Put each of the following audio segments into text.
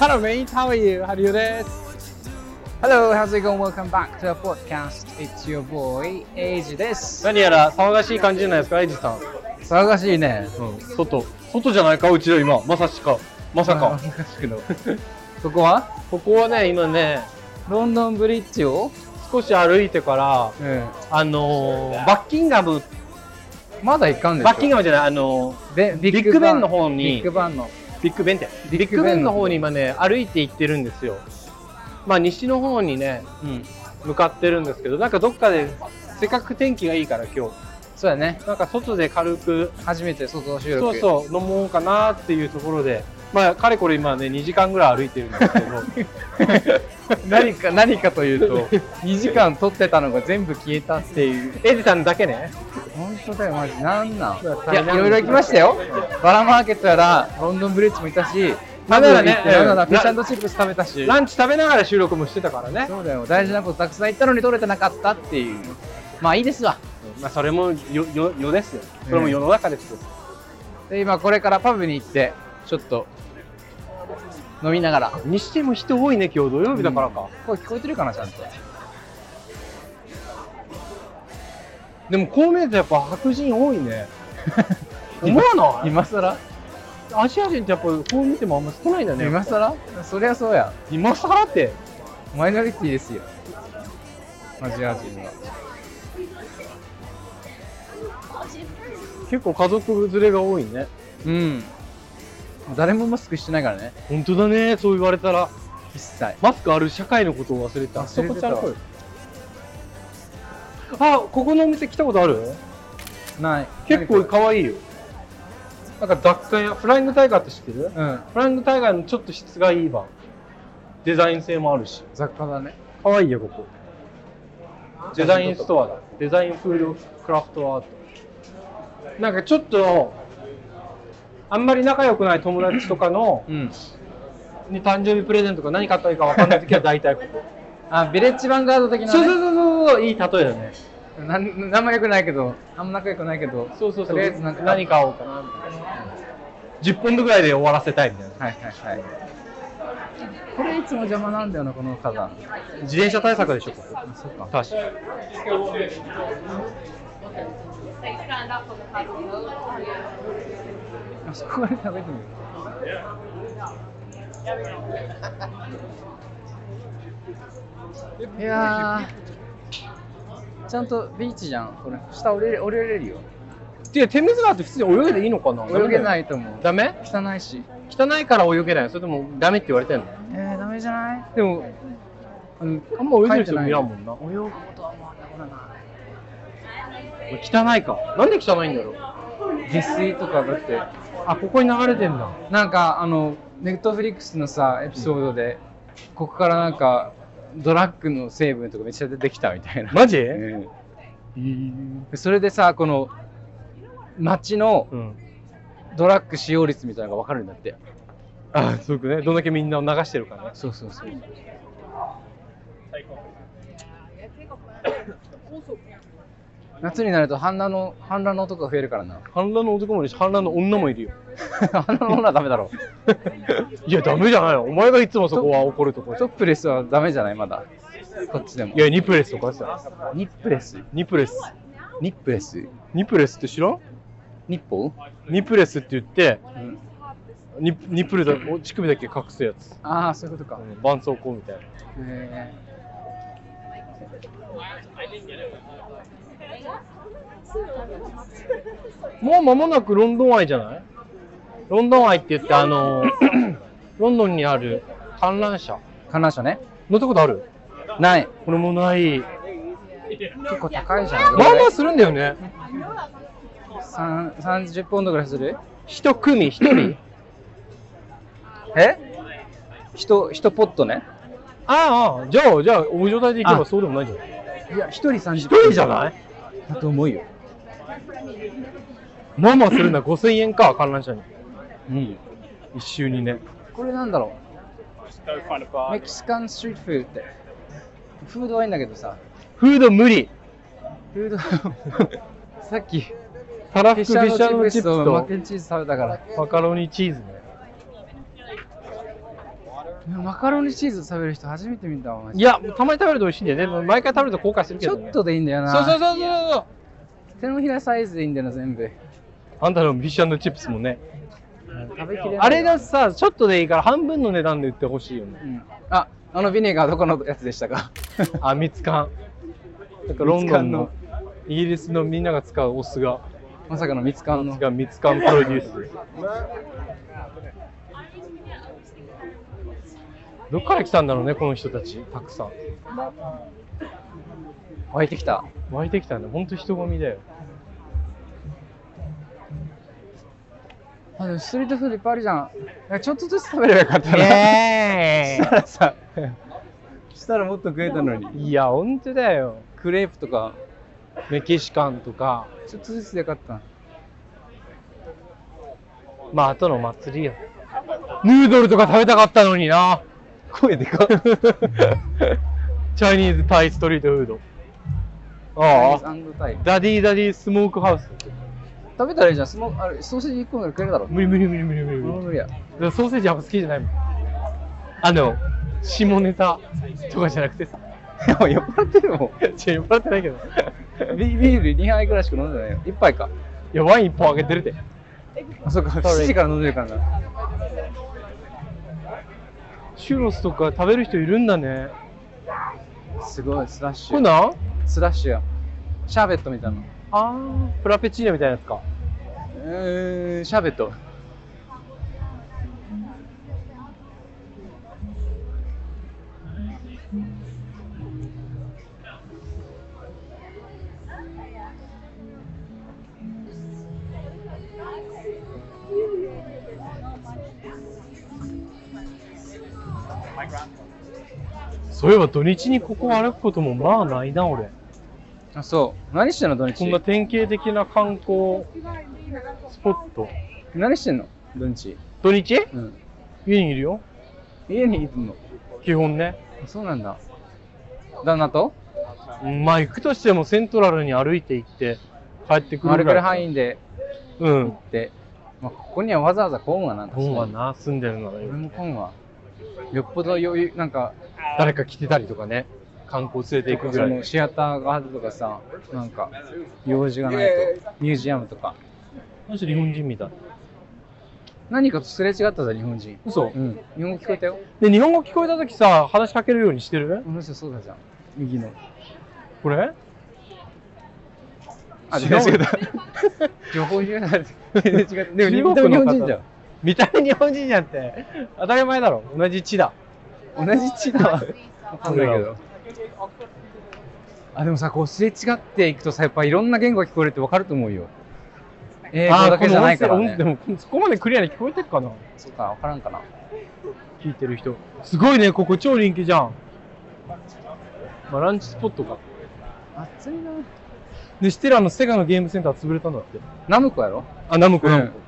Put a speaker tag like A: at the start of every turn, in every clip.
A: Hello, mate. How are you? How are you this?
B: Hello, how's it going? Welcome back to our podcast. It's your boy, Age です。
A: 何やら騒がしい感じじゃないですか、エイジさん。
B: 騒がしいね。
A: うん、外。外じゃないか、うちら今。まさしか。まさ
B: まあ
A: か。
B: 騒がしくの。 そこは
A: ここはね、今ね、
B: ロンドンブリッジを
A: 少し歩いてから、
B: うん。
A: あのー、バッキンガム、
B: まだ行かんでしょ
A: バッキンガムじゃない、あのー、
B: でビ
A: ビッグベンの
B: の
A: 方
B: ビッ
A: に
B: グ、バンの。
A: ビッグベンって、ビッグベンの方に今ね、歩いて行ってるんですよ。まあ、西の方にね、
B: うん。
A: 向かってるんですけど、なんかどっかで、せっかく天気がいいから今日、
B: そうだね。
A: なんか外で軽く
B: 初めて外収
A: そう
B: 録。う。
A: そう飲もうかなっていうところでまあかれこれ今ね2時間ぐらい歩いてるんですけ ど
B: 何か、何かというと、2時 間撮ってたのが全部消えたっていう。
A: エイジさんだけね
B: 本当だよ、マジ。なんなんい
A: い
B: や、いろいろ行きましたよ。バラマーケットやら、ロンドンブリッジもいたし、
A: なんならね
B: パブ行ってなんなら
A: うん
B: フィッシュチップス食べたし。
A: ランチ食べながら収録もしてたからね、
B: そうだよ、大事なことたくさん言ったのに取れてなかったっていう。まあいいですわ。
A: まあ、それもよよよですよそれも世の中ですよ、
B: で、今これからパブに行って、ちょっと、飲みながら。
A: にしても人多いね今日土曜日だからか、
B: これ聞こえてるかな、ちゃんと。
A: でもこう見るとやっぱ白人多い ね思わない
B: 今更
A: アジア人ってやっぱこう見てもあんま少ないんだね
B: 今更そりゃそうや。
A: 今更って
B: マイノリティですよ。アジア人は。
A: 結構家族連れが多いね
B: うん。誰もマスクしてないからね、
A: 本当だねそう言われたら
B: 一切。
A: マスクある社会のことを忘れてた。
B: 忘れてた
A: あそこちゃんとあ、ここのお店来たことある
B: ない。
A: 結構可愛いよ。なんか雑貨屋、フライングタイガーって知ってる
B: うん。
A: フライングタイガーのちょっと質がいい版。デザイン性もあるし。
B: 雑貨だね。
A: 可愛いよ、ここ。デザインストアだ。デザインフードクラフトアート。なんかちょっと、あんまり仲良くない友達とかの、
B: うん。
A: に誕生日プレゼントか何買ったらいいか分かんない時は大体ここ。
B: あ、ビレッジヴァンガード的な、ね。
A: そうそうそうそうそう、いい例えだね。
B: なんなんも良くないけど、あんま仲良くないけど、
A: そうそうそう。
B: とりあえずなんか
A: 何買おうかなみたいな。10分ぐらいで終わらせたいみたいな。
B: はいはいはい。これいつも邪魔なんだよな、この花壇。
A: 自転車対策でしょ、ここ。
B: そうか。
A: 確かに。
B: あそこで食べてみる。いやー、ちゃんとビーチじゃん。これ下降りれ降りれるよ。
A: てか、テムズ川って普通に泳いでいいのかな。
B: 泳げないいと思う。
A: ダメ
B: 汚いし。
A: 汚いから泳げない。それともダメって言われてんの
B: えー、ダメじゃないでも、あの
A: あんま泳いでる人
B: 書い
A: 見
B: て
A: ら
B: なんい
A: もんな。
B: 泳ぐことはまだなない。
A: 汚いか。なんで汚いんだろう。
B: 下水とかだって
A: あ、ここに流れてんだ。
B: なんかあのネットフリックスのさエピソードで、ここからなんかドラッグの成分とかめっちゃ出てきたみたいな、
A: マジ
B: うん
A: うん。
B: それでさこの町のドラッグ使用率みたいなのが分かるんだって
A: あ、そういうことね。どんだけみんなを流してるかね。
B: そうそうそう夏になると氾濫の氾濫の音が増えるからな
A: 反乱の男もいるし、反乱の女もいるよ。
B: 氾濫の音はダメだろ
A: いや、ダメじゃないよ。お前がいつもそこは怒るとこ
B: トップレスはダメじゃないまだこっちでも
A: いや、ニプレスとかさ。
B: ニップレス
A: ニプレス。
B: ニップレス
A: ニプレスって知らん
B: ニッポ
A: ニプレスって言って、
B: ン、うん、
A: ニニプルだ、お乳首だけ隠すやつ。
B: ああそういうことか、
A: うん絆創膏みたいな。
B: え
A: もう間もなくロンドン愛じゃないロンドン愛って言って、あ の、ロンドンにある観覧車。
B: ー、観覧車ね
A: 乗ったことある
B: ない
A: これもない。
B: 結構高いじゃん
A: まあまあするんだよね。
B: 三30ポンドぐらいする
A: 一組一人
B: え一一ポットね
A: ああ、じゃあ、じゃあ、お状態で行けば
B: あ
A: そうでもないじゃない
B: いや一人30一
A: 一人じゃない
B: だと思うよ
A: まあまあするんだ。5000円か、観覧車に。
B: うん
A: 一周にね。
B: これなんだろうメキシカンストリートフードってフードはいいんだけどさ
A: フード無理。
B: フードさっきフ
A: たら
B: ィ
A: ふ
B: ッ
A: く
B: シ
A: フ
B: ャーの
A: ィッシ
B: チ
A: ャー
B: ッ
A: の
B: プ
A: チッ
B: ス
A: プ
B: とマッケ
A: と
B: ンチーズ食べたから
A: マカロニチーズね。
B: マカロニチーズ食べる人初めて見たわマジで
A: いや、たまに食べると美味しいんだよね。もう毎回食べると後悔するけ
B: ち
A: ど、
B: ょ
A: ね。
B: っとでいいんだよな
A: そうそうそうそうそう。
B: 手のひらサイズでいいんだよな全部
A: あんたのフィッシュチップスもね。
B: 食べきれない
A: あれがさ、ちょっとでいいから半分の値段で売ってほしいよね
B: う。んああのビネガーどこのやつでしたか
A: あ、蜜缶。なんかロンドンの
B: 蜜
A: イギリスのみんなが使うお酢が、
B: まさかのミツカンの
A: が蜜缶プロデュースです。どっから来たんだろうね、この人たち、たくさん。
B: 湧いてきた
A: 湧いてきたね、ほんと人混みだよ。
B: あでもストリートフードいっぱいあるじゃんなんかちょっとずつ食べればよかったな、
A: ね え
B: したらさしたらもっと食えたのに
A: いや、ほんとだよ。
B: クレープとか
A: メキシカンとか、
B: ちょっとずつでよかった
A: まあ、あとの祭りよ。ヌードルとか食べたかったのにな。
B: 声でか
A: チャイニーズタイストリートフード。
B: あ
A: ああ。
B: あ
A: ダディダディスモークハウス。
B: 食べたらいいじゃんスモあれソーセージ1個ぐらい食えるだろ
A: 無理無理無理無理無理
B: 俺も
A: 無
B: 無理や
A: 理。ソーセージあんま好きじゃないもん。あの、下ネタとかじゃなくてさ。
B: いやもう酔っ払ってるもん
A: じゃ酔っ払ってないけど。
B: ビビール2杯ぐらいしか飲んでないよ1杯か
A: いや、ワイン一本あげてるで。
B: あそうか7時 から飲んでるからな
A: チュロスとか食べる人いるんだね。
B: すごいスラッシ
A: これ
B: ュ
A: なん
B: スラッシュやシャーベットみたいな
A: あー、プラペチーノみたいなやつか。
B: うーんシャーベット
A: そういえば土日にここ歩くこともまあないな、俺。
B: あそう何してんの土日
A: こんな典型的な観光スポット。
B: 何してんの土日
A: 土日
B: うん
A: 家にいるよ。
B: 家にいるの
A: 基本ね。
B: あそうなんだ旦那と
A: うんまあ行くとしてもセントラルに歩いて行って帰ってく
B: あ
A: る
B: れ
A: ぐ
B: くら
A: ら
B: い
A: い。
B: 範囲で
A: うん。
B: で、まあ、ここにはわざわざ来んわな
A: 本は
B: 確かに
A: な、住んでるのがよ
B: 俺も来んわよっぽど余裕なんか
A: 誰か来てたりとかね。観光連れて行くぐ
B: そ
A: ら
B: の
A: い。
B: シアターがあるとかさなんか用事がないとミュージアムとか
A: マジ日本人みたい。
B: 何かとすれ違ったぞ日本人
A: 嘘
B: う。ん日本語聞こえたよ
A: で、日本語聞こえた時さ、話しかけるようにしてる
B: この人そうだじゃん右の
A: これ
B: あ
A: 違
B: 違
A: う
B: う情報言うな全然違ったで
A: 中
B: もで
A: 国
B: も日
A: の方
B: 本人じゃん
A: 見た目日本人じゃんって。当たり前だろ。同じ地だ。
B: 同じ地だわかんないけどあでもさこうすれ違っていくとさやっぱいろんな言語が聞こえるって分かると思うよ英語
A: あー
B: だけじゃないから
A: この音声
B: ね
A: 音でも、そこまでクリアに聞こえてるかな
B: そうか分からんかな
A: 聞いてる人。すごいね、ここ超人気じゃん。まあ、ランチスポットか。
B: 暑いな
A: で、シテラのセガのゲームセンター潰れたんだって。
B: ナムコやろ
A: あ、ナムコ、
B: うん
A: ナムコ。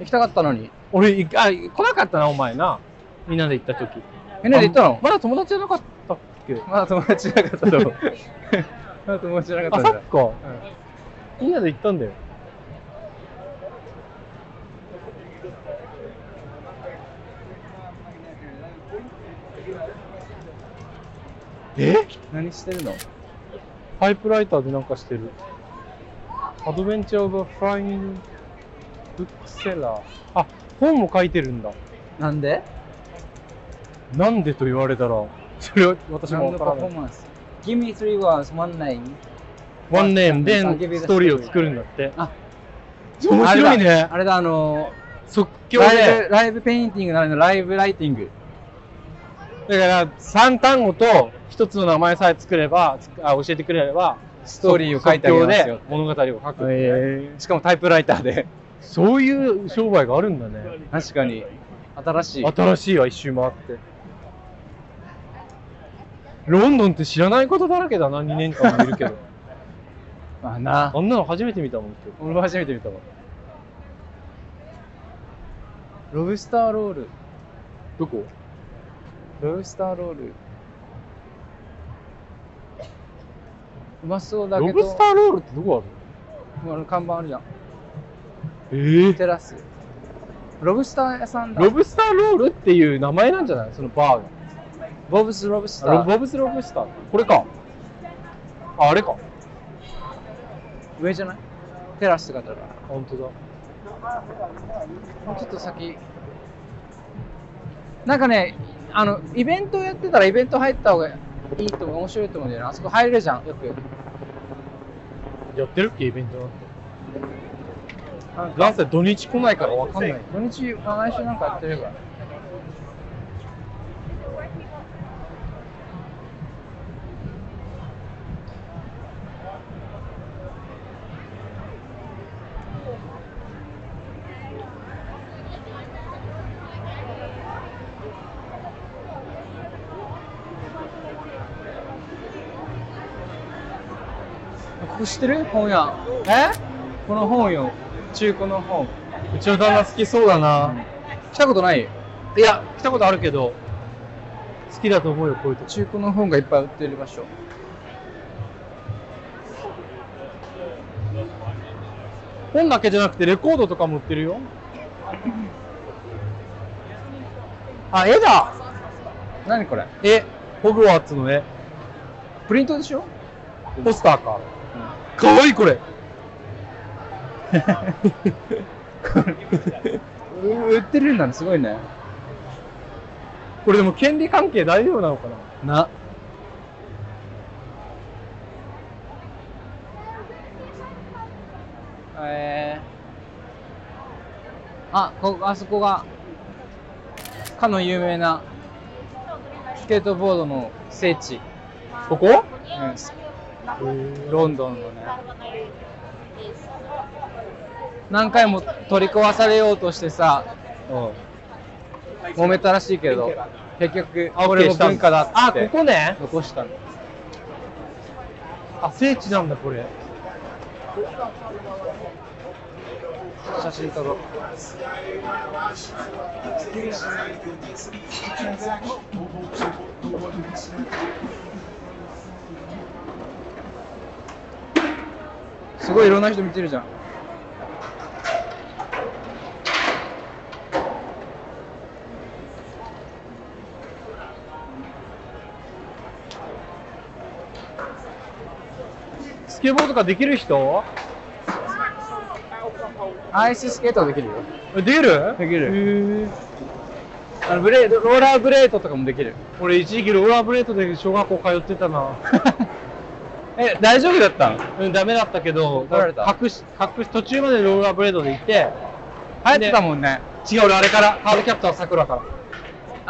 B: 行きたかったのに
A: 俺、いあ、来なかったな、お前な。みんなで行った時。
B: みんなで行ったの
A: まだ友達じゃなかったっけ
B: まだ友達いなかった と思うまだ友達いなか
A: あ、
B: っ
A: そ
B: たんだ
A: っか。みんなで行ったんだよ。え
B: 何してるの
A: パイプライターでなんかしてる。アドベンチャー・オブ・フライング・ブックセラー。あ、本も書いてるんだ。
B: なんで
A: なんでと言われたら、それは私も
B: 何の
A: わか
B: パ
A: ら
B: フォー
A: ない。
B: マンス Give me three words, one name
A: ワンネームで
B: あ
A: ストーリーを作るんだって。
B: あ
A: 面白い
B: あれ
A: ね
B: だ。あれだあの
A: 即興
B: ライ
A: で
B: ブ。ライブペインティングなのライブライティング
A: だから、3単語と1つの名前さえ作れば、つあ教えてくれれば、
B: ストーリーを書いてあげますよ
A: 即興で物語を書くってね、
B: しかもタイプライターで
A: そういう商売があるんだね。
B: 確かに新しい
A: 新しいわ一周回ってロンドンって知らないことだらけだな2年間もいる けど
B: あな
A: あんなの初めて見たもん今
B: 俺も初めて見たわロブスターロール
A: 日どこ
B: ロブスターロールうまそうだけ
A: ロ
B: ど
A: ブスターロールってどこ
B: もうあの看板あるじゃん
A: あるえ
B: テラスロブスター屋さんだ
A: ロブスターロールっていう名前なんじゃないそのバーが
B: ボブスロブスタ
A: ロ
B: ー
A: ボブズロブスターこれかああれか
B: 上じゃないテラスとかだか
A: 本当だ
B: らちょっと先なんかねあのイベントやってたらイベント入った方がいいと思う面白いと思うんだよねあそこ入れるじゃんよく
A: やってるっけイベントなんてなんせ土日来ないからわかんない
B: 土日毎週なんかやってるからここ知ってる本屋えこの本よ中古の本
A: うちの旦那好きそうだな、
B: 来たことない
A: いや来たことあるけど好きだと思うよこういうとこ
B: 中古の本がいっぱい売ってる場所
A: 本だけじゃなくてレコードとかも売ってるよあ絵だ
B: 何これ
A: 絵ホグワーツの絵
B: プリントでしょ
A: ポスターか、かわいいこれ
B: う売ってるんだねすごいね
A: これでも権利関係大丈夫なのかな
B: なえー、あこあそこがかの有名なスケートボードの聖地、
A: ここ
B: うんスロンドンのね何回も取り壊されようとしてさ
A: うん
B: 揉めたらしいけど結局
A: あ
B: これも文化だっ
A: あ
B: て
A: ここね
B: 残したの
A: あ聖地なんだこれ
B: 写真撮ろうすごいいろんな人見てるじゃん
A: スケボーとかできる人
B: アイススケートはできるよ
A: えできる
B: できる
A: る
B: あのブレードローラーブレードとかもできる
A: 俺一時期ローラーブレードで小学校通ってたな
B: え大丈夫だったの
A: うんダメだったけど
B: 怒られた
A: 隠し隠し途中までローラーブレードで行って
B: 流行ってたもんね
A: 違う俺あれからカードキャプターさくらから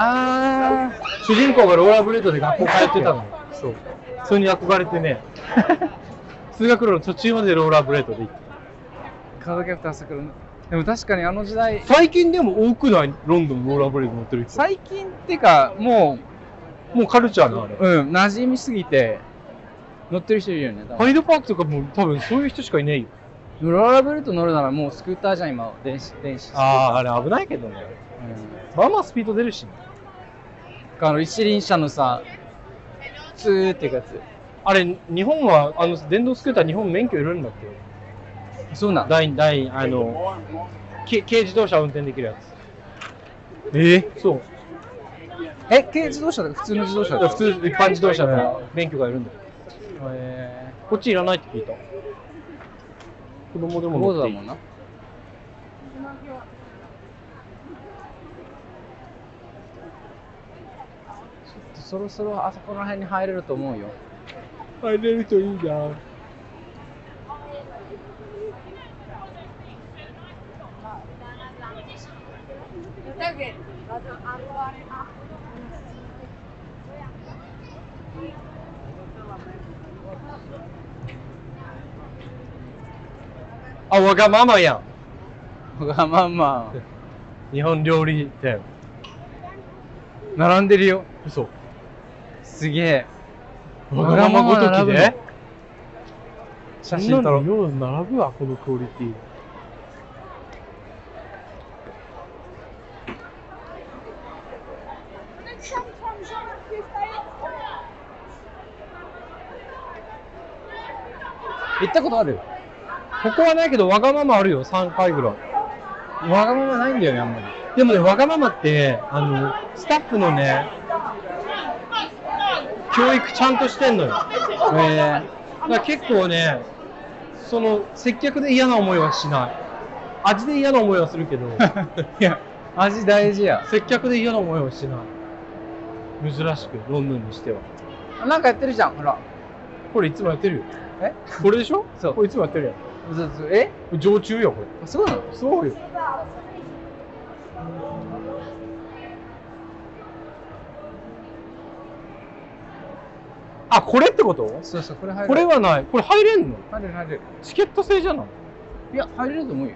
B: ああ
A: 主人公がローラーブレードで学校通ってたのそうそれに憧れて ね通学路の途中までローラーブレードで行って
B: カードキャプター桜のでも確かにあの時代
A: 最近でも多くないロンドンローラーブレード乗ってる人
B: 最近ってかも
A: もうカルチャーなのあれ
B: ううん馴染みすぎて乗ってる人いるよね多分
A: ハイドパークとかも多分そういう人しかいないよ
B: ローラーブレード乗るならもうスクーターじゃん今は電子電子
A: あああれ危ないけどね
B: うん
A: まあまあスピード出るしね
B: あの一輪車のさツーっていうやつ
A: あれ日本はあの電動スクーター日本免許いるんだっけ
B: そうなんだ
A: 第第あのけ軽自動車運転できるやつええそう
B: え軽自動車とか普通の自動車
A: い
B: と
A: や
B: か
A: 普通一般自動車の免許がいるんだよ
B: え
A: こっちいらないって聞いた子供で
B: ー、
A: も
B: ボード
A: 乗っ
B: だ
A: ていい
B: もんなちょっとそろそろあそこら辺に入れると思うよ
A: 入れるといいじゃんあわがままやん
B: わがまんま
A: 日本料理店
B: 並んでるよ
A: 嘘
B: すげえ
A: わがままごときね
B: 写真撮ろ
A: う
B: う
A: よう並ぶわこのクオリティ
B: 行ったことある
A: ここはないけどわがままあるよ3回ぐらい
B: わがままないんだよね、あんまり。
A: でもね、わがままって、あの、スタッフのね、教育ちゃんとしてんのよ。
B: えー、
A: だから結構ね、その、接客で嫌な思いはしない。味で嫌な思いはするけど、
B: いや、味大事や。
A: 接客で嫌な思いはしない。珍しく、ロンドンにしては。
B: なんかやってるじゃん、ほら。
A: これいつもやってるよ。
B: え
A: これでしょ
B: そう
A: これいつもやってるやん。こ
B: うずうずえ
A: れ常駐よ、こ
B: あそうなの
A: れ。そうよ。あ、これってこと
B: そうそう、これ入る。
A: これはない。これ入れんの
B: 入る入る。
A: チケット制じゃない
B: いや、入れると思うよ。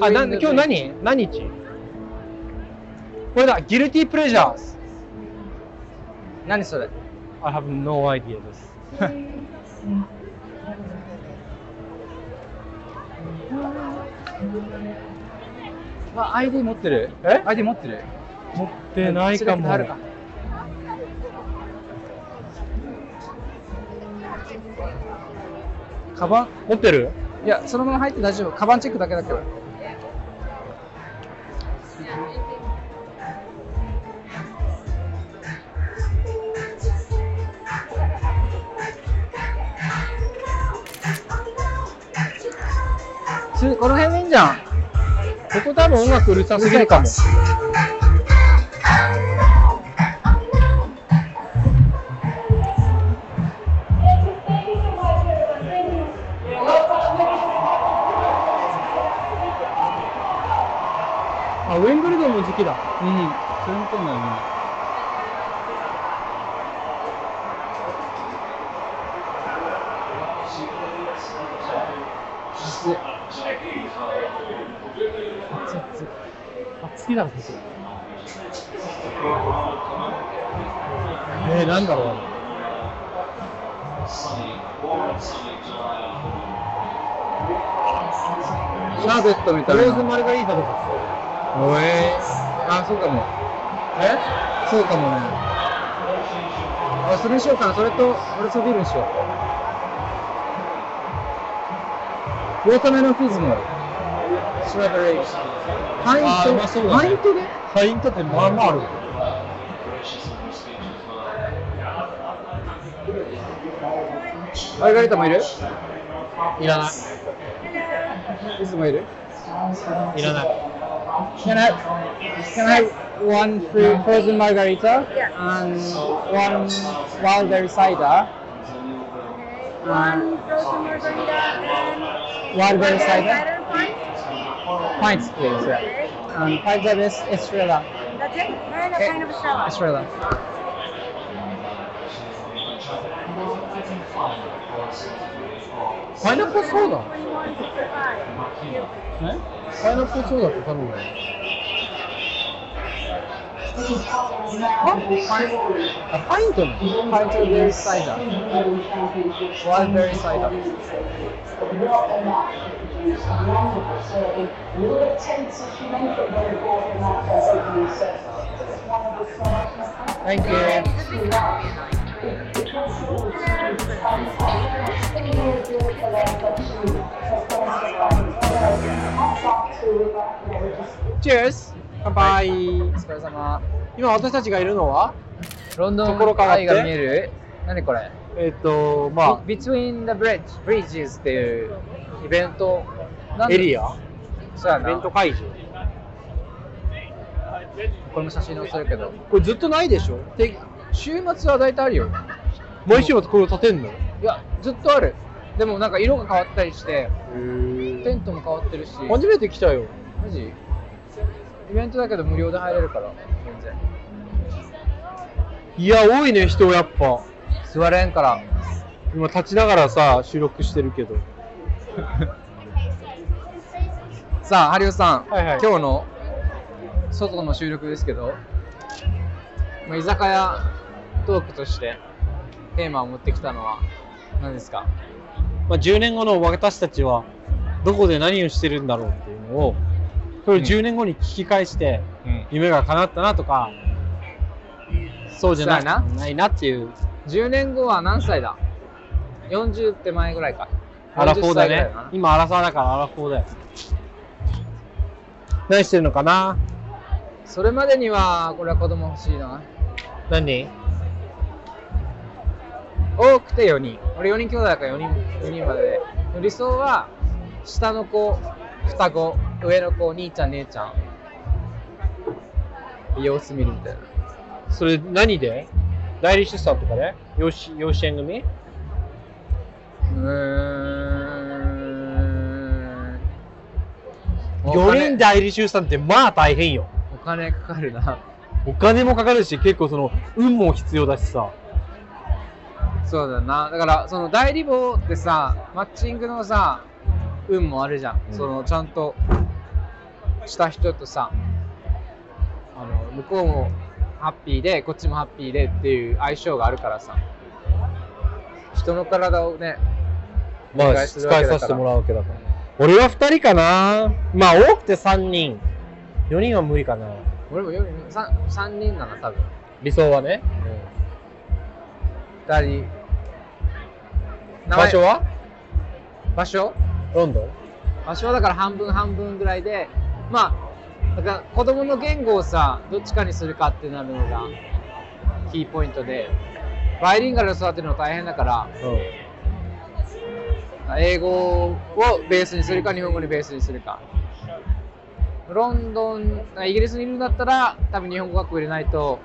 A: あ、な今日何何日これだ、ギルティプレジャーズ。
B: 何それ
A: I have no idea です。
B: わ、ID 持ってる
A: え
B: ?ID 持ってる
A: 持ってないかも。
B: あるか。カバン
A: 持ってる
B: いや、そのまま入って大丈夫。カバンチェックだけだけど。つこの辺でいいんじゃん。
A: ここ多分音楽うるさすぎるかも。あ、ウェンブルドンの時期だ。
B: うん、そういうことになるね。
A: あ、好きだこえー、なんだろう。
B: シャーベットみたい
A: ロ
B: な。
A: ーズマルガリータとか。
B: おえあ、そうかも。
A: え
B: そうかもね。あ、それにしようかな。それと、俺そびるにしよう。ウォーターメロンフィズも。ストラベリー。パイ
A: あーう
B: ン
A: ま
B: ト、
A: そうだ
B: パ
A: ね
B: イントで
A: サインとってまあまあある。
B: マルガリータもいる
A: いらな
B: フィズもいる
A: い。いらない。
B: Can I can I have one free frozen margarita and one wild cider?
C: One frozen margarita and
B: Wild berry cider?
C: cider pint.
B: Pints, please. Yeah.
C: Okay.
B: And pints of this Estrella.
C: That's it. And a pint of Estrella.
B: Estrella.
D: Thank
A: パイナップルソーダ
C: 21.65.
A: パイナップルソーダって頼むね。あ、パイントなの
B: Pints of this cider. Wild berry cider. Thank you.
A: Cheers! 乾杯
B: お疲れ様。
A: 今私たちがいるのは
B: ロンドン
A: ところ変わって
B: 愛が見える何これ、
A: えっ、と、ま
B: Be- ?Between the Bridge, Bridges っていうイベント
A: あ、エリア
B: そうや
A: イベント
B: な。
A: 会場。
B: これも写真載せるけど。
A: これずっとないでしょ
B: で、週末は大体あるよ。
A: 毎週末これを立てんのへ
B: いや、ずっとある。でもなんか色が変わったりして、テ
A: ー
B: ントも変わってるし。
A: 初めて来たよ。
B: マジイベントだけど無料で入れるから、全然。
A: いや、多いね、人やっぱ。
B: 座れんから。
A: 今立ちながらさ、収録してるけど。
B: さあ、ハリオさん、
A: はいはい
B: 今日の外の収録ですけど、まあ、居酒屋トークとしてテーマを持ってきたのは何ですか
A: まあ、10年後の私たちはどこで何をしてるんだろうっていうのをこれを
B: うん
A: 10年後に聞き返して
B: うん。
A: 夢が叶ったなとかそうじゃない
B: そうや
A: ないなっていう
B: 10年後は何歳だ ?40 手前ぐらいか。
A: アラフォーだ
B: 40歳ぐら
A: ね
B: いかな。
A: 今アラサーだからアラフォーだよ。何してるのかな
B: それまでには、これは子供欲しいな。
A: 何
B: 多くて4人。俺4人兄弟だから4人 ,4 人までで。理想は、下の子、双子、上の子、お兄ちゃん、姉ちゃん。様子見るみたいな。
A: それ何で代理出産とかで養子養子縁組
B: うーん。お金
A: ?4 人代理出産ってまあ大変よ。
B: お金かかるな。
A: お金もかかるし、結構その、運も必要だしさ。
B: そうだな。だから、その代理母ってさ、マッチングのさ、運もあるじゃん。
A: うん
B: その、ちゃんとした人とさ、あの、向こうもハッピーで、こっちもハッピーでっていう相性があるからさ、人の体をね、
A: ま
B: お
A: あ、
B: 願いす
A: 使
B: るわけだ
A: い
B: から
A: させてもらうわけだから。俺は2人かなまあ、多くて3人。4人は無理かな
B: 俺もより 3, 3人なの、多分。
A: 理想はね。
B: 代理。名前
A: 場所は
B: 場所
A: ロンドン
B: 場所はだから半分半分ぐらいでまあだから子供の言語をさどっちかにするかってなるのがキーポイントでバイリンガルを育てるの大変だから
A: う
B: 英語をベースにするか日本語にベースにするかロンドンイギリスにいるんだったら多分日本語学校入れないと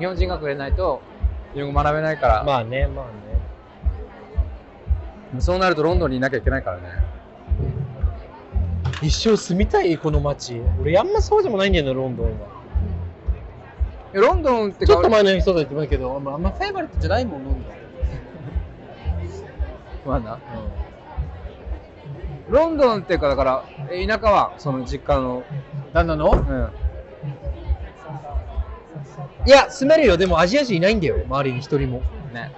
B: 日本人学校入れないと日本語学べないから、
A: ん。まあね、まあね。
B: そうなるとロンドンにいなきゃいけないからね
A: 一生住みたいこの街俺あんまそうでもないんだよなロンドンは
B: ロンドンって
A: ち
B: か
A: ょっと前の人だ言ってもいいけどあんまあんまフェイバリットじゃないもんロンドン、
B: まあなロンドンっていうかだからえ田舎はその実家の
A: なんなの
B: うん
A: いや住めるよでもアジア人いないんだよ周りに一人も
B: ね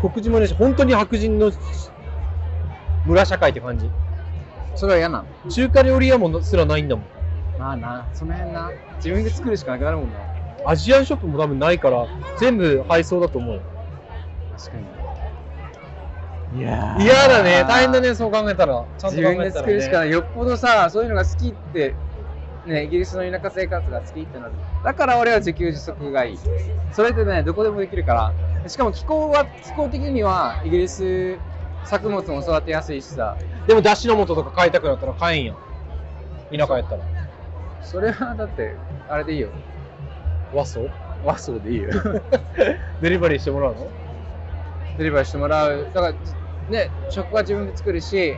A: 黒人もいないし本当に白人の村社会って感じ
B: それは嫌なの
A: 中華料理屋もすらないんだもん
B: まあなその辺な自分で作るしかなくなるもんな
A: アジアンショップも多分ないから全部配送だと思う
B: 確かに
A: いや嫌だね大変だねそう考えたらちゃんと考えたら、
B: 自
A: ね、
B: 分で作るしかないよっぽどさそういうのが好きってねイギリスの田舎生活が好きってなるだから俺は自給自足がいいそれってねどこでもできるからしかも気候は気候的にはイギリス作物も育てやすいしさ
A: でもだしの素とか買いたくなったら買えんやん田舎やったら
B: それはだってあれでいいよ
A: 和装
B: 和装でいいよ
A: デリバリーしてもらうの
B: デリバリーしてもらうだからね食は自分で作るし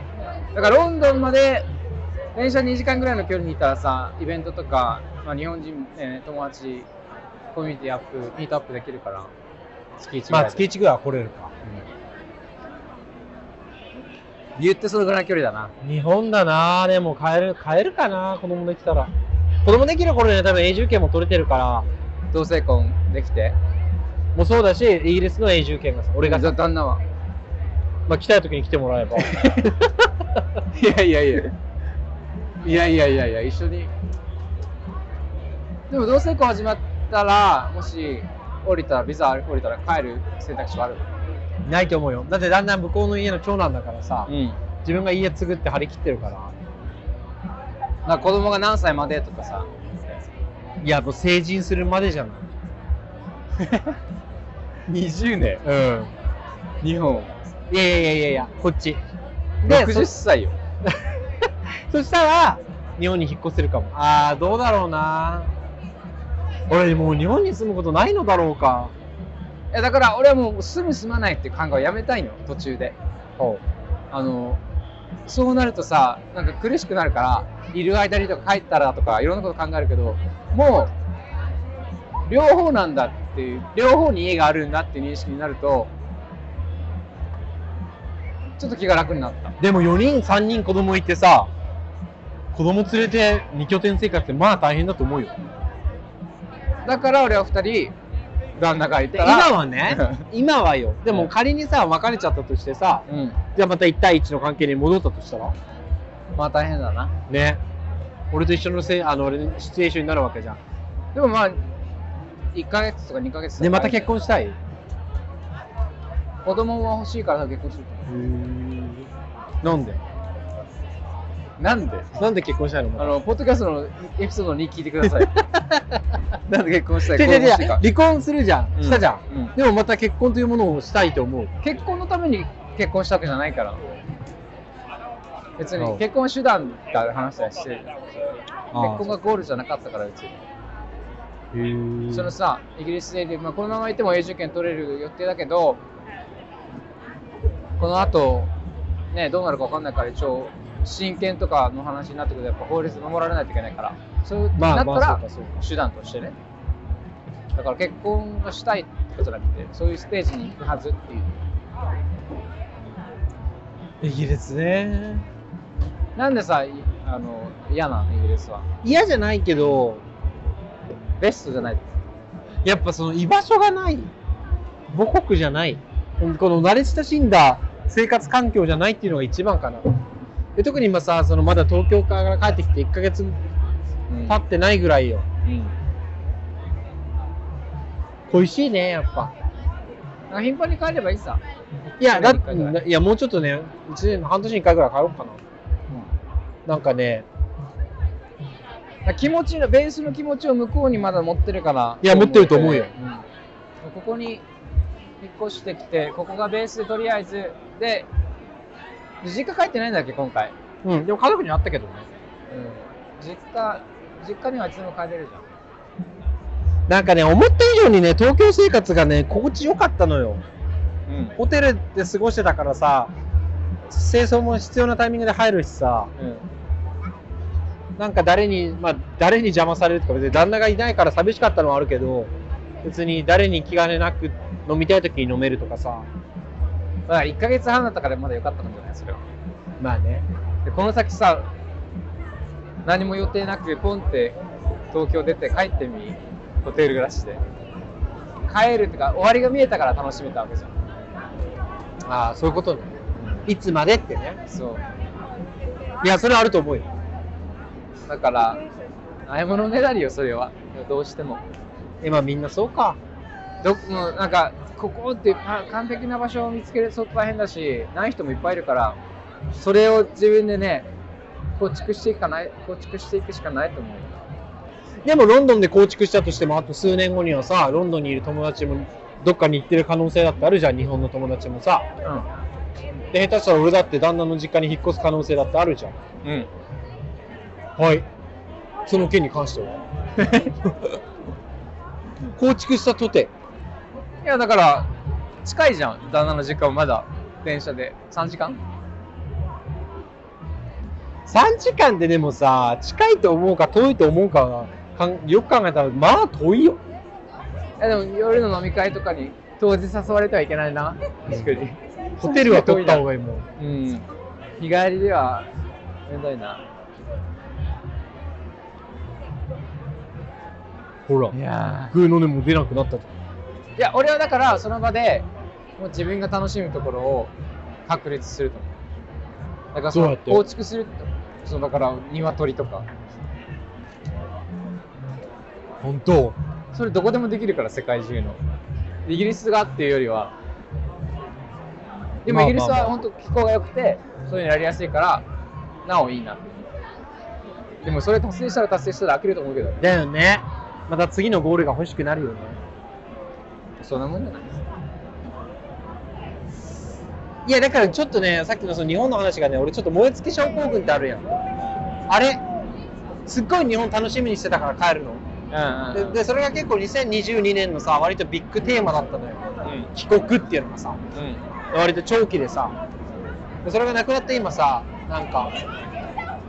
B: だからロンドンまで電車2時間ぐらいの距離にいたらさイベントとか、まあ、日本人、ね、友達コミュニティアップミートアップできるから月1ぐらい
A: ま
B: で
A: あ月1ぐらいは来れるか
B: うん言ってそのぐらいの距離だな
A: 日本だなでも買える買えるかな子供できたら子供できる頃には多分永住権も取れてるから
B: 同性婚できて
A: もうそうだしイギリスの永住権がさ俺が
B: じゃ
A: さ、
B: 旦那 は
A: まあ、来たい時に来てもらえば
B: いやいやいやいやいやいやいや一緒にでも同性婚始まったらもし降りたらビザ降りたら帰る選択肢はある
A: ないと思うよだってだんだん向こうの家の長男だからさ、
B: ん
A: 自分が家継ぐって張り切ってるから
B: なんか子供が何歳までとかさ
A: いやもう成人するまでじゃない
B: 20年
A: うん
B: 日本
A: いやいやいやいやこっち
B: 60
A: そ
B: 歳よ
A: そしたら日本に引っ越せるかもああどうだろうな俺もう日本に住むことないのだろうか
B: えだから俺はもう住む住まないっていう考えをやめたいの途中であのそうなるとさなんか苦しくなるからいる間にとか帰ったらとかいろんなこと考えるけどもう両方なんだっていう両方に家があるんだっていう認識になるとちょっと気が楽になった
A: でも4人3人子供いてさ子供連れて2拠点生活ってまあ大変だと思うよ
B: だから俺は2人旦那がいた
A: 今
B: ら
A: はね今はよでも仮にさ別れちゃったとしてさ
B: うん
A: じゃあまた1対1の関係に戻ったとしたら
B: まあ大変だな
A: ね俺と一緒のせいあの俺のシチュエーションになるわけじゃん
B: でもまあ1ヶ月とか2ヶ月とか
A: でまた結婚したい
B: 子供も欲しいから結婚すると思
A: なんで
B: うなんで
A: なんで結婚したいの
B: あのポッドキャストのエピソードに聞いてくださ いなんで結婚したい
A: 違う
B: 子供欲し
A: 違う違う
B: いから
A: 離婚するじゃん、
B: うん
A: したじゃん、
B: うん
A: でもまた結婚というものをしたいと思う
B: 結婚のために結婚したわけじゃないから別
A: う
B: に
A: ん
B: 結婚手段から話したりしてる結
A: ああ
B: 婚がゴールじゃなかったから別に
A: へ
B: そのさイギリスで、まあ、このままいても永住権取れる予定だけどこのあと、ね、どうなるか分かんないから一応親権とかの話になってくるとやっぱ法律守られないといけないからそう
A: ま
B: な
A: あ
B: っ
A: ま
B: た
A: あ
B: ら
A: そうかそうか
B: 手段としてねだから結婚がしたいってことじゃなくてそういうステージに行くはずっていう
A: イギリスね
B: なんでさいあの嫌なのイギリスは
A: 嫌じゃないけど
B: ベストじゃない
A: やっぱその居場所がない母国じゃないこの慣れ親しんだ生活環境じゃないっていうのが一番かなで特に今さそのまだ東京から帰ってきて1ヶ月経ってないぐらいよ
B: うん
A: 恋しいねやっぱ
B: なんか頻繁に帰ればいいさ、
A: いやだっ
B: 一年に一回ぐら
A: いやもうちょっとね一年半年に1回ぐらい帰ろうかななんかね
B: だから気持ちのベースの気持ちを向こうにまだ持ってるから
A: いや持ってると思うよ、
B: うんここに引っ越してきてここがベースでとりあえずでで実家帰ってないんだっけ今回、
A: うんでも家族に会ったけどね
B: うん、実家実家にはいつでも帰れるじゃん
A: なんかね思った以上にね東京生活がね心地よかったのよ
B: うん
A: ホテルで過ごしてたからさ清掃も必要なタイミングで入るしさなんか誰に、まあ、誰に邪魔されるとか別に旦那がいないから寂しかったのはあるけど別に誰に気兼ねなく飲みたい時に飲めるとかさ
B: だから1ヶ月半だったからまだ良かったかもしれないそれは
A: まあね
B: でこの先さ何も予定なくポンって東京出て帰ってみホテル暮らしで帰るってか終わりが見えたから楽しめたわけじゃん
A: ああそういうことねいつまでってね
B: そう
A: いやそれはあると思うよ
B: だから買い物ねだりよそれはどうしても
A: 今みんなそうか
B: どもうなんかここってあ完璧な場所を見つけると大変だしない人もいっぱいいるからそれを自分でね構築していかない構築していくしかないと思うよ
A: でもロンドンで構築したとしてもあと数年後にはさロンドンにいる友達もどっかに行ってる可能性だってあるじゃん日本の友達もさで下手したら俺だって旦那の実家に引っ越す可能性だってあるじゃん
B: うんうん
A: はい。その件に関しては。 構築したとて。
B: いやだから近いじゃん旦那の実家はまだ電車で3時間
A: 3時間ででもさ、近いと思うか遠いと思うかはかんよく考えたら、まあ遠いよ。
B: いやでも夜の飲み会とかに当日誘われてはいけないな確かに
A: ホテルは取った方がいいもん。
B: うん日帰りではめんどいな
A: ほら
B: いや
A: グーの根も出なくなったと。
B: いや俺はだからその場でもう自分が楽しむところを確立すると思うだからそ
A: どう
B: の
A: やって
B: 構築するってそのだから鶏とか
A: 本当
B: それどこでもできるから世界中のイギリスがっていうよりはでも
A: ま
B: イ
A: あ
B: ギリス
A: まあま
B: は
A: あ
B: 本当気候が良くてそういうのやりやすいからなおいいなってでもそれ達成したら達成したら飽きると思うけど
A: だよね。また次のゴールが欲しくなるよね。
B: そんなもんじゃない
A: いや、だからちょっとね、さっきのその日本の話がね、俺ちょっと燃え尽き症候群ってあるやん。あれすっごい日本楽しみにしてたから帰るの。
B: うん
A: で
B: うん
A: でそれが結構2022年のさ割とビッグテーマだったのよ帰国っていうのがさ
B: うん
A: 割と長期でさでそれがなくなって今さなんか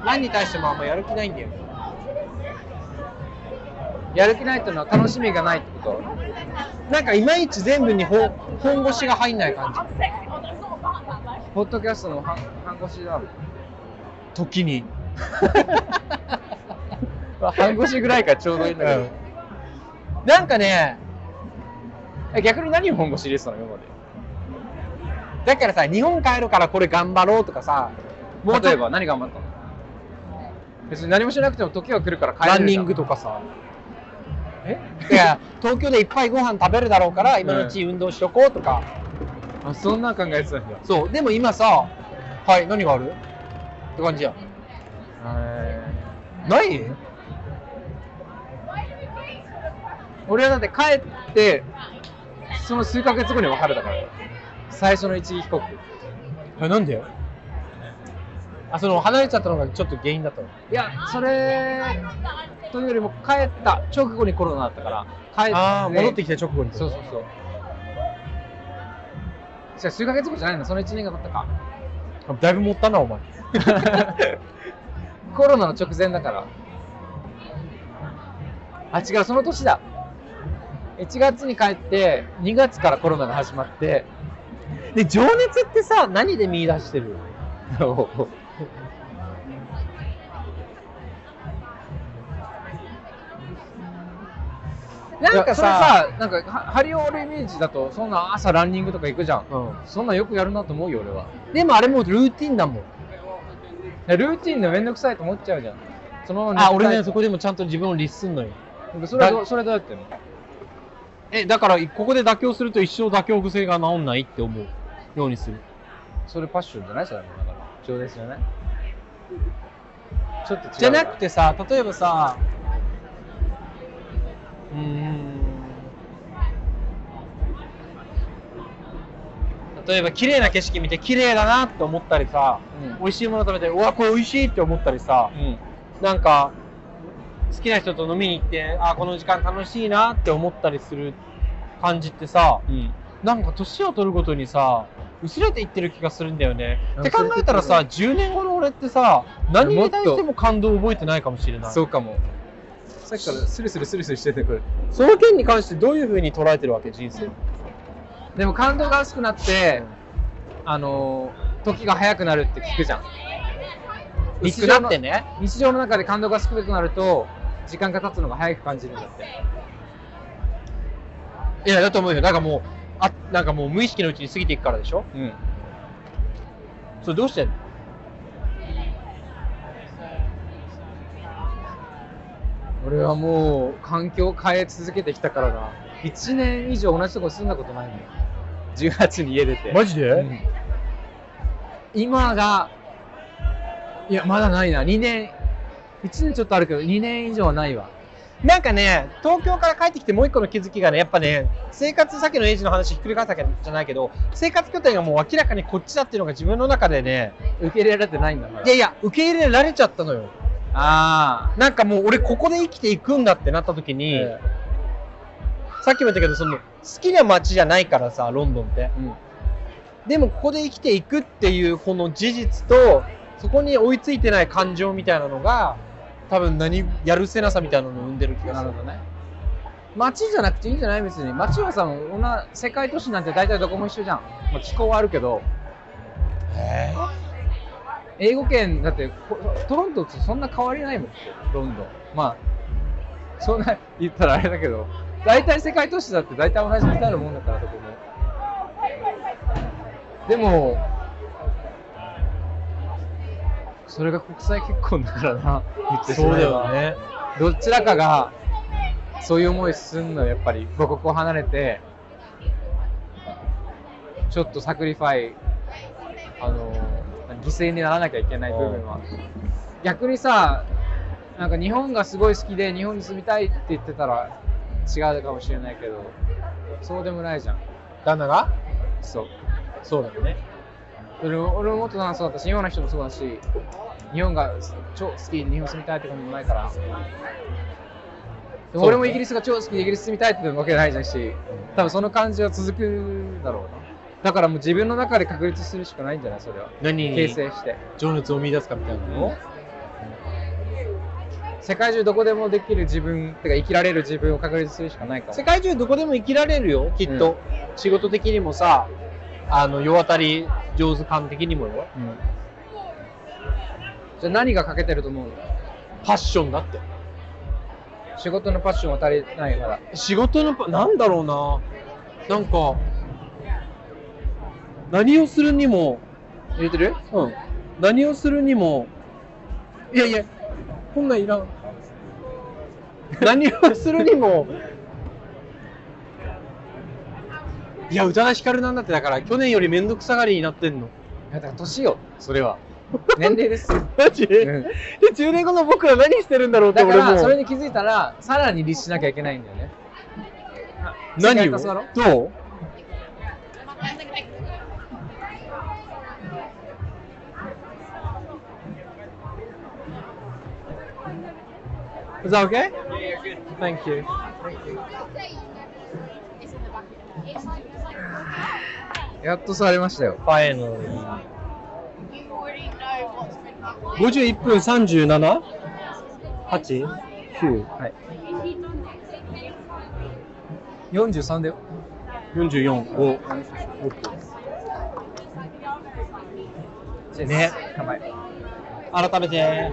A: 何に対してもあんまやる気ないんだよ
B: やる気ないっていうのは楽しみがないってこと
A: なんかいまいち全部に本本腰が入んない感じ
B: ポッドキャストの半半腰 だもん
A: 時 に
B: まあ半腰ぐらいからちょうどいいんだけど、
A: なんかね
B: え逆に何を本腰入れてたの今まで
A: だからさ日本帰るからこれ頑張ろうとかさもうちょ
B: 例えば何頑張ったの別に何もしなくても時は来るから帰れる
A: ランニ
B: じゃん
A: ングとかさ
B: え
A: いや東京でいっぱいご飯食べるだろうから今のうち運動しとこうとか、
B: あそんな考えてたんだ
A: そうでも今さはい何があるって感じやない
B: 俺はだって帰ってその数ヶ月後に別れたから最初の一時帰国
A: えなんであその離れちゃったのがちょっと原因だったの
B: いやそれというよりも帰った直後にコロナだったから帰って
A: ああ戻って
B: き
A: きた直後に
B: そうそうそうじゃあ数ヶ月後じゃないのその1年が経ったか
A: だいぶ持ったなお前
B: コロナの直前だからあ違うその年だ1月に帰って2月からコロナが始まって
A: で情熱ってさ何で見出してる
B: なんか
A: い
B: さなんかはハリオールイメージだとそんな朝ランニングとか行くじゃん
A: う
B: そんなんよくやるなと思うよ俺は
A: ん、でもあれもうルーティンだもん
B: ルーティンのめんどくさいと思っちゃうじゃんそのまま
A: あ俺ねそ
B: そ
A: こでもちゃんと自分を律すんのよ
B: それはどうそれはどうやってんの
A: えだからここで妥協すると一生妥協癖が治んないって思うようにする
B: それパッションじゃないそれもだから情熱じゃないちょっと違う
A: じゃなくてさ例えばさうーん例えば綺麗な景色見て綺麗だなって思ったりさ美味しいもの食べてうわこれ美味しいって思ったりさ
B: うん、うん、
A: なんか好きな人と飲みに行ってあこの時間楽しいなって思ったりする感じってさ
B: うん
A: なんか年を取るごとにさ薄れていってる気がするんだよね
B: うん
A: って考えたらさ10年後の俺ってさ何に対しても感動を覚えてないかもしれない
B: そうかもさっきからスルスルスルスルしててこれ
A: その件に関してどういうふうに捉えてるわけ人生
B: でも感動が薄くなって、あのー時が早くなるって聞くじゃん
A: 薄くなってね
B: 日常の中で感動が少なくなると時間が経つのが早く感じるんだって
A: いやだと思うよなんかもうあなんかもう無意識のうちに過ぎていくからでしょ
B: うん
A: それどうしてんの
B: 俺はもう環境を変え続けてきたからな1年以上同じとこ住んだことないのよ18に家出て
A: ジ
B: うん今がいやまだないな2年1年ちょっとあるけど2年以上はないわ
A: なんかね東京から帰ってきてもう一個の気づきがねやっぱね生活さっきのエイジの話ひっくり返ったわけじゃないけど生活拠点がもう明らかにこっちだっていうのが自分の中でね
B: 受け入れられてないんだから
A: いやいや受け入れられちゃったのよ
B: あ
A: なんかもう俺ここで生きていくんだってなった時
B: あ
A: に、さっきも言ったけどその好きな街じゃないからさロンドンって
B: うん
A: でもここで生きていくっていうこの事実とそこに追いついてない感情みたいなのが多分何やるせなさみたいなのを生んでる気が
B: な
A: す
B: る
A: る
B: ほどね。街じゃなくていいんじゃない別に。街はさ、こんな世界都市なんて大体どこも一緒じゃん。まあ、気候はあるけど、
A: へ
B: 英語圏だってこトロントとそんな変わりないもん、ロンドン。まあ、そんな言ったらあれだけど、大体世界都市だって大体同じになるもんだから、どこも。でも、それが国際結婚だからな、言って
A: え
B: しまえば。
A: ね
B: どちらかがそういう思いすんのやっぱり母国を離れてちょっとサクリファイあの犠牲にならなきゃいけない部分は逆にさなんか日本がすごい好きで日本に住みたいって言ってたら違うかもしれないけどそうでもないじゃん
A: 旦那が
B: そう
A: そうだよね
B: 俺も俺も元旦那そうだったし今の人もそうだし日本が超好き日本住みたいってこともないからでも俺もイギリスが超好きでイギリス住みたいってわけないじゃんし多分その感じは続くだろうなだからもう自分の中で確立するしかないんじゃないそれは
A: 何
B: 形成して
A: 情熱を見出すかみたいなの、
B: 世界中どこでもできる自分てか生きられる自分を確立するしかないから
A: 世界中どこでも生きられるよきっと、仕事的にもさあの世渡り上手感的にもよ
B: うんじゃあ何が欠けてると思うの
A: パッションだって
B: 仕事のパッションは足りないから
A: 仕事のパなんだろうななんか何をするにも
B: 入れてる
A: うん何をするにもいやいやこんなんい らん何をするにもいや、宇多田ヒカルなんだって、だから去年よりめんどくさがりになってんの。
B: いやだから年よ、そ れは。年齢です。う
A: マジで
B: ん
A: 10年後の僕は何してるんだろうって
B: だか
A: 俺も
B: ら、そうれに気づいたら、さらに律しなきゃいけないんだよね。
A: 何
B: 世界
A: を
B: 足すだろ
A: どう？Is that okay? Thank you.
B: やっと座れましたよ。
A: Finally. 51分 37? 8? 9?
B: はい。43だよ。
A: 44? 5?
B: じゃあ
A: ね
B: 乾杯。
A: 改めて。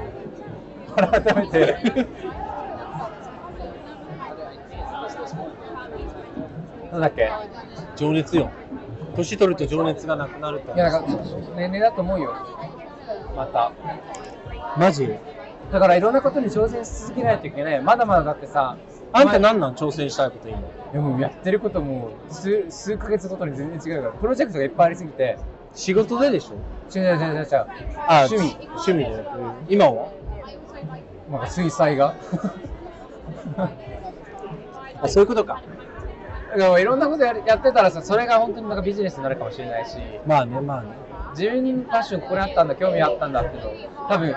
B: 改めて。 なんだっけい
A: 情熱よ。年取ると情熱がなくなるから。
B: や、だから、年齢だと思うよ。また。
A: マジ
B: だから、いろんなことに挑戦し続けないといけない。まだまだだってさ、
A: あんた何なん挑戦したいこと今。
B: でもうやってることも数数ヶ月ごとに全然違うから、プロジェクトがいっぱいありすぎて、
A: 仕事ででしょ
B: 違う違う違う違う、
A: あ
B: 趣味、
A: 趣味で。うん今は
B: なんか水彩 画。
A: あ、そういうことか。
B: だからいろんなことやるやってたらさ、それが本当になんかビジネスになるかもしれないし、
A: まあね、まあね。
B: 自分にパッションここにあったんだ、興味あったんだっていうのを多分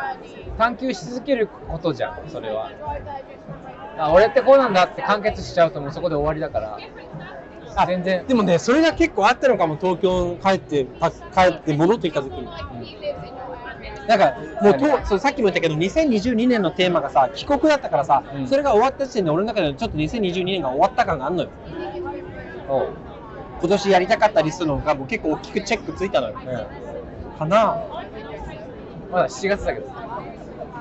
B: 探求し続けることじゃん、それは。あ俺ってこうなんだって完結しちゃうともうそこで終わりだから、全然。
A: でもね、それが結構あったのかも、東京帰って、た帰って戻ってきた時に。なんか、もうと、そう、さっきも言ったけど、2022年のテーマがさ、帰国だったからさ、
B: うん
A: それが終わった時点で、俺の中でちょっと2022年が終わった感があんのよ。
B: おう
A: 今年やりたかったリストの方がもう結構大きくチェックついたのよ。
B: う
A: かな。
B: ん、まだ7月だけど。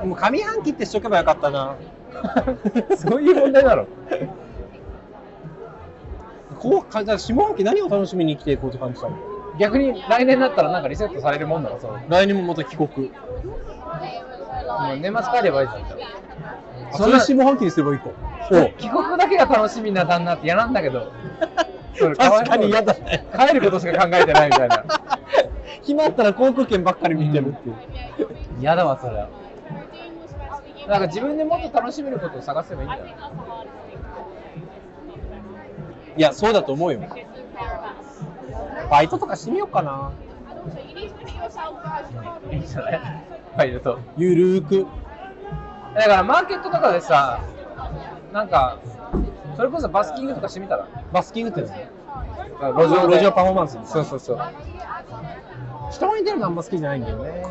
A: でも上半期ってしとけばよかった な。
B: そういう問題だろ。
A: こうかじゃあ下半期何を楽しみに生きていこうって感じたの
B: 逆に来年になったらなんかリセットされるもんなのそう。もう
A: 来年もまた帰国
B: 年末帰ればいいじゃんじゃあ。
A: そ
B: そん
A: れ
B: な
A: 下半期にすればいいか
B: 帰国だけが楽しみな旦那って嫌なんだけ ど。それ
A: 確かに嫌だね
B: かわいそう帰ることしか考えてないみたいな。
A: 暇あったら航空券ばっかり見てるっていう、
B: 嫌だわ、それは。なんか自分でもっと楽しめることを探せばいいんだよ。
A: いやそうだと思うよバイトとかしてみようかない
B: いんじゃないバイトと。
A: ゆるーく
B: だからマーケットとかでさ、なんか、それこそバスキングとかしてみたら。
A: バスキングってね
B: 路上で
A: 路上パフォーマンス
B: そうそうそう。
A: 人前に出るのあんま好きじゃないんだよね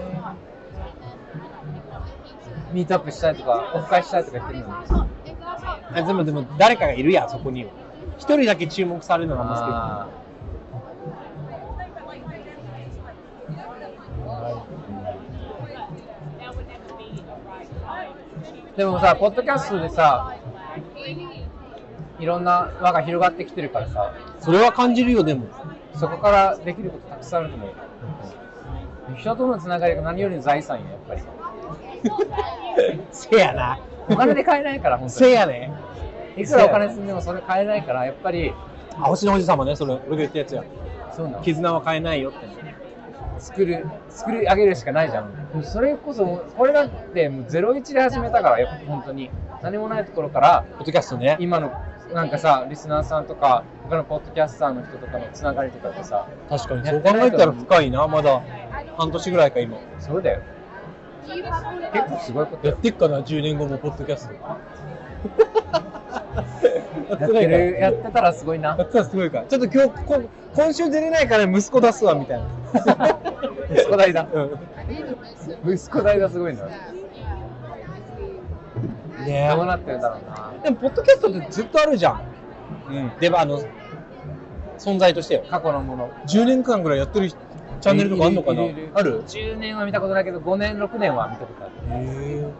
B: ミートアップしたいとか、オフ会したいとか言ってるのに。
A: あでもでも誰かがいるやんそこには一人だけ注目されるのがあんま好きじゃない
B: あーでもさ、ポッドキャストでさ、いろんな輪が広がってきてるからさ、
A: それは感じるよでも
B: そこからできることたくさんあると思うよ。人とのつながりが何よりの財産よ、やっぱり。
A: せやな
B: お金で買えないから、本当
A: せ
B: に。
A: やね
B: いくらお金積んでもそれ買えないから、やっぱり、
A: あ星のおじさまねそれ俺が言ったやつや
B: そうなの
A: 絆は変えないよって
B: 作る作り上げるしかないじゃんもうそれこそもうこれだってもう01で始めたからやっぱ本当に何もないところから
A: ポッドキャストね
B: 今のなんかさリスナーさんとか他のポッドキャスターの人とかのつながりとかってさ
A: 確かにそう考えたら深いなまだ半年ぐらいか今
B: そうだよ結構すごいこと
A: や
B: よ
A: ってっかな10年後もポッドキャ スト
B: やって
A: やっない
B: て
A: か
B: る
A: や
B: やってたらすごいな
A: ってたらすごいかちょっと今日こ今週出れないから息子出すわみたいな
B: 息子代だ
A: うん
B: 息子代がすごいな
A: ね
B: どうなってるんだろうな
A: えでもポッドキャストってずっとあるじゃん
B: うん
A: でもあの存在としてよ
B: 過去のもの
A: 10年間ぐらいやってるチャンネルとかあるのかない
B: いい
A: ある
B: 10年は見たことないけど5年6年は見たことある
A: へえいや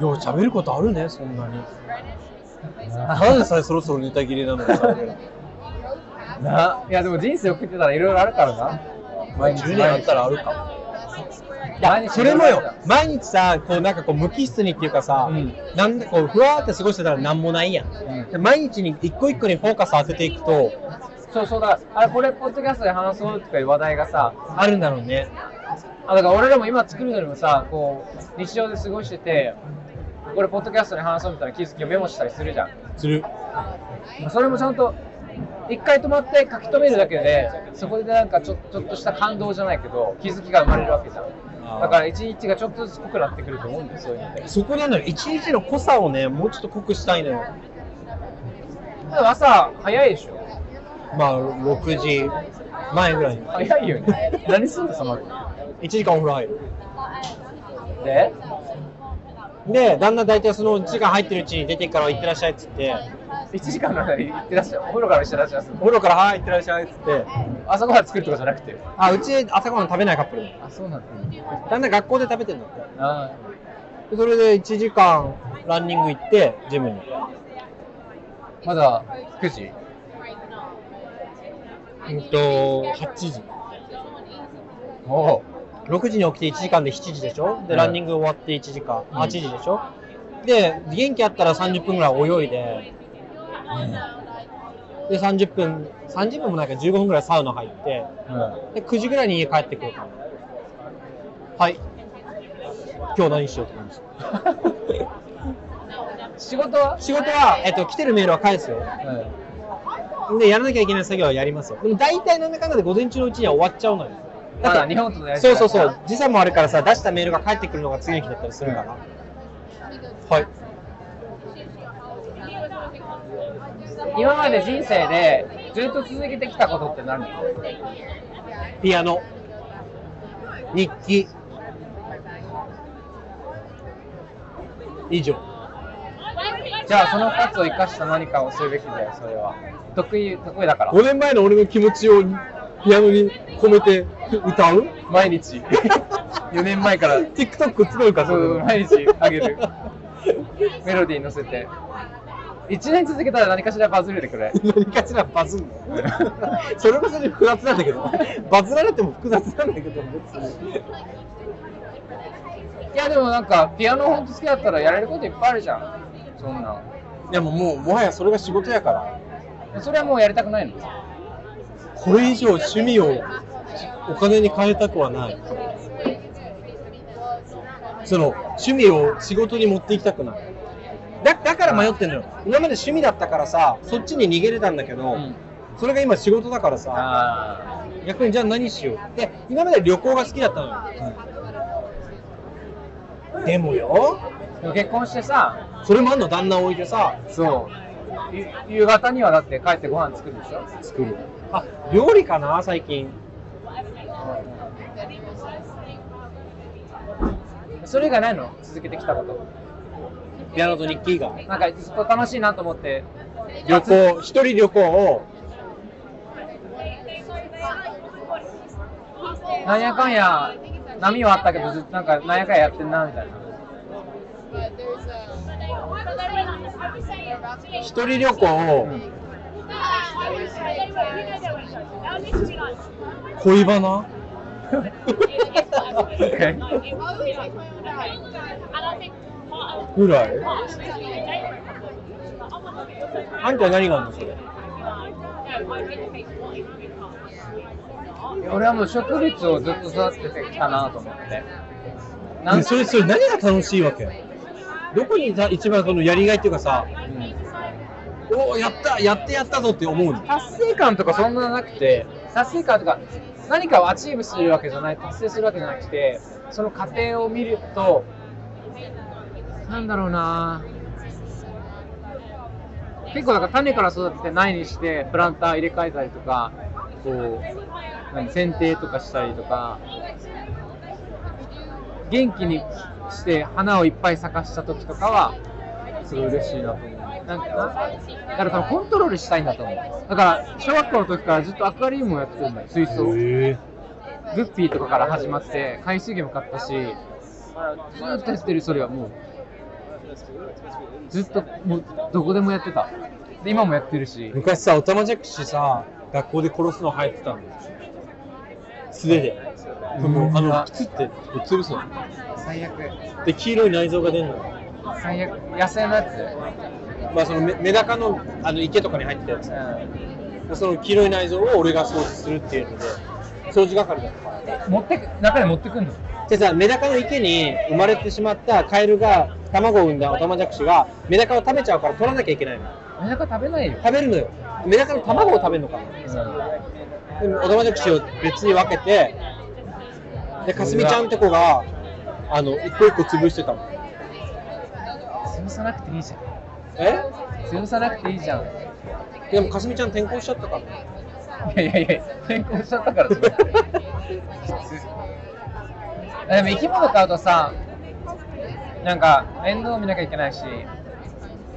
A: 喋ることあるねそん なに
B: な
A: ただでさえそろそろネタ切れなのにさ
B: ないやでも人生送ってたらいろいろあるからな毎日
A: 10年あったらあるかい
B: 毎日
A: や それもよ毎日さこうなんかこう無機質にっていうかさ、
B: うん
A: なんでこうふわーって過ごしてたらなんもないやん、
B: うん
A: で毎日に一個一個にフォーカス当てていくと
B: そうそうだあれこれポッドキャストで話そうとかいう話題がさ
A: あるんだろうね。
B: あだから俺らも今作るのにもさこう日常で過ごしててこれポッドキャストで話そうみたいな気づきをメモしたりするじゃん
A: する。
B: それもちゃんと一回止まって書き留めるだけでそこでなんかちょちょっとした感動じゃないけど気づきが生まれるわけじゃんだから一日がちょっとずつ濃くなってくると思うんだよそういうのって
A: そこなんだよ。一日の濃さをね、もうちょっと濃くしたいのよ。
B: でも朝早いでしょ
A: まあ、6時前ぐらいに。
B: 早いよね何すんのその
A: 1時間お風呂入る。
B: で
A: で、旦那大体その時間入ってるうちに出てから行ってらっしゃいっつって、
B: 1時間の間に行ってらっしゃるお風呂からしてらっしゃる
A: お風呂からはい行ってらっしゃいっつって、
B: 朝ごはん作るとかじゃなくて
A: あ、うち朝ごはん食べないカップルだよ
B: あそうなんだ
A: 旦那学校で食べてんだって。
B: あ
A: でそれで1時間ランニング行って、ジムに。
B: ーまだ9時
A: うんと、8時。
B: おお
A: 6時に起きて1時間で7時でしょで、ランニング終わって1時間、
B: うん
A: 8時でしょで、元気あったら30分ぐらい泳いで、で、30分、30分もないから15分ぐらいサウナ入って、
B: う
A: で、9時ぐらいに家帰ってこうと思う。はい。今日何しようと思いました。
B: ん、 仕事は、
A: 仕事は、えっと、来てるメールは返すよ。
B: う
A: で、やらなきゃいけない作業はやりますよ。でも大体なんだかんだで午前中のうちには終わっちゃうのよ。
B: ん、まだ日本とのやり
A: そ
B: 取り
A: うそうそう、時差もあるからさ、出したメールが返ってくるのが次の日だったりするから。はい。
B: 今まで人生でずっと続けてきたことって何
A: ピアノ、日記、以上。
B: じゃあその2つを生かした何かをするべきだよそれは得意得意だから
A: 5年前の俺の気持ちをピアノに込めて歌 う
B: 毎 日4年前から
A: ?TikTok 作るか、そ
B: そう
A: れ。
B: 毎日あげるメロディー乗せて1年続けたら何かしらバズるでくれ
A: 何かしらバズん のそれこそ複雑なんだけど、バズられても複雑なんだけど、別に。
B: いやでもなんかピアノ本当好きだったらやれることいっぱいあるじゃんそんない
A: やもう、もうもはやそれが仕事やから、
B: それはもうやりたくないの
A: これ以上趣味をお金に変えたくはない。その趣味を仕事に持っていきたくない。だだから迷ってんのよ。今まで趣味だったからさ、そっちに逃げれたんだけど、
B: うん
A: それが今仕事だからさ、
B: あ
A: 逆にじゃあ何しよう。で、今まで旅行が好きだったのよ。でもよ、
B: あでも結婚してさ
A: それもあんの旦那置いてさ、
B: そうゆ夕方にはだって帰ってご飯作るでしょ
A: 作る。あ、料理かな最近。
B: それ以外ないの続けてきたこと
A: ピアノと日記以外。
B: なんかずっと楽しいなと思って
A: 旅行、一人旅行を、
B: なんやかんや波はあったけどずっとなんかなんやかんややってんなみたいな
A: 一人旅行を
B: うん
A: 恋 バナぐらいあんたは何があるのそれ。
B: 俺はもう植物をずっと育ててきたなと思って
A: ねそれそれ何が楽しいわけどこにさ一番そのやりがいっていうかさ
B: うん
A: おおやったやってやったぞって思うの
B: 達成感とかそんななくて達成感とか何かをアチーブするわけじゃない達成するわけじゃなくてその過程を見るとなんだろうな結構だから種から育てて苗にしてプランター入れ替えたりとかこう何剪定とかしたりとか元気にして花をいっぱい咲かした時とかはすごい嬉しいなと思う。なんかなだからそのコントロールしたいんだと思う。だから小学校の時からずっとアクアリウムをやってるんだよ、水槽。グ
A: へ
B: ッピーとかから始まって、海水魚も買ったし、ずっとやってる、それはもう。ずっともうどこでもやってた。で、今もやってるし
A: え。昔さオタマジャクシさ学校で殺すの流行ってたんですよ素手で、
B: うん
A: もうあ
B: あ
A: の靴ってぶっ潰すの
B: 最悪。
A: で黄色い内臓が出るの
B: 最悪。野生のやつ
A: まあそのメメダカのあの池とかに入ってたやつ
B: うん。
A: その黄色い内臓を俺が掃除するっていうので掃除係だったからね
B: 持ってく中で持ってくんの
A: でさメダカの池に生まれてしまったカエルが卵を産んだオタマジャクシがメダカを食べちゃうから取らなきゃいけないの
B: メダカ食べないよ、
A: 食べるのよメダカの卵を食べるのかなでもオタマジャクシを別に分けてでかすみちゃんって子があの一個一個潰してたの
B: 潰さなくていいじゃん
A: え
B: 潰さなくていいじゃんい
A: でもかすみちゃん転校しちゃったから
B: やいやいや転校しちゃったから潰さないでも生き物飼うとさなんか面倒見なきゃいけないし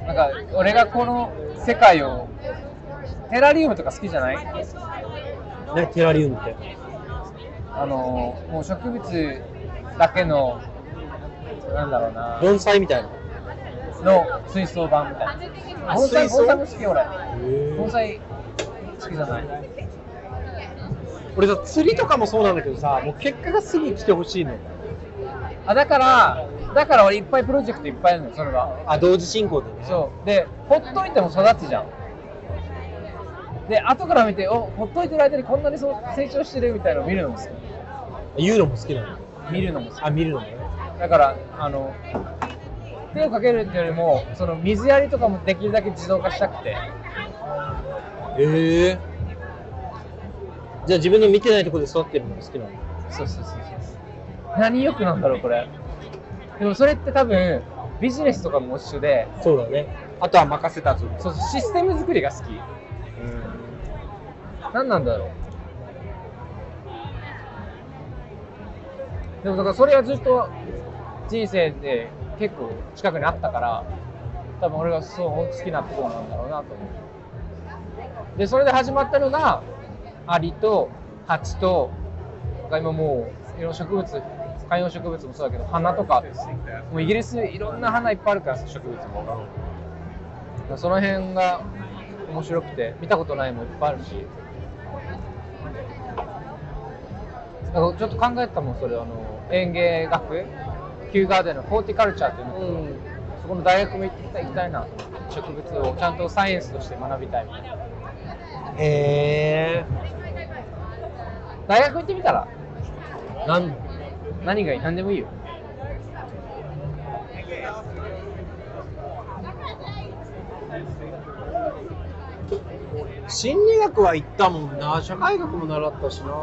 B: なんか俺がこの世界をテラリウムとか好きじゃない
A: ねテラリウムって
B: あのもう植物だけのなんだろうな
A: 盆栽みたいな
B: の水槽版みたいな盆栽
A: 水槽
B: 盆栽も好き俺盆栽好きじゃない
A: 俺さ釣りとかもそうなんだけどさもう結果がすぐ来てほしいの
B: あだからだから俺いっぱいプロジェクトいっぱいあるのよそれは
A: あ同時進行でね
B: そうでほっといても育つじゃんで後から見ておほっといてる間にこんなにそう成長してるみたいなのを見るのも好き
A: 言うのも好きなの
B: 見るのも好き
A: あ見るのね
B: だからあの手をかけるっていうよりもその水やりとかもできるだけ自動化したくて
A: へえじゃあ自分の見てないところで育ってるのが好きなの
B: そうそうそうそう何欲なんだろうこれでもそれって多分ビジネスとかも一緒で
A: そうだねあとは任せたぞ
B: そうそうシステム作りが好き何なんだろうでもだからそれはずっと人生で結構近くにあったから多分俺がそう好きなところなんだろうなと思うでそれで始まったのがアリとハチとが今もういろんな植物観葉植物もそうだけど花とかもうイギリスいろんな花いっぱいあるから植物もその辺が面白くて見たことないもんいっぱいあるしだからちょっと考えてたもんそれあの園芸学旧ガーデンのホーティカルチャーっていうの、そこの大学も行ってきた行きたいなと思って植物をちゃんとサイエンスとして学びたい
A: へえ
B: 大学行ってみたら
A: なん
B: 何がいい何でもいいよ
A: 心理学は行ったもんな社会学も習ったしな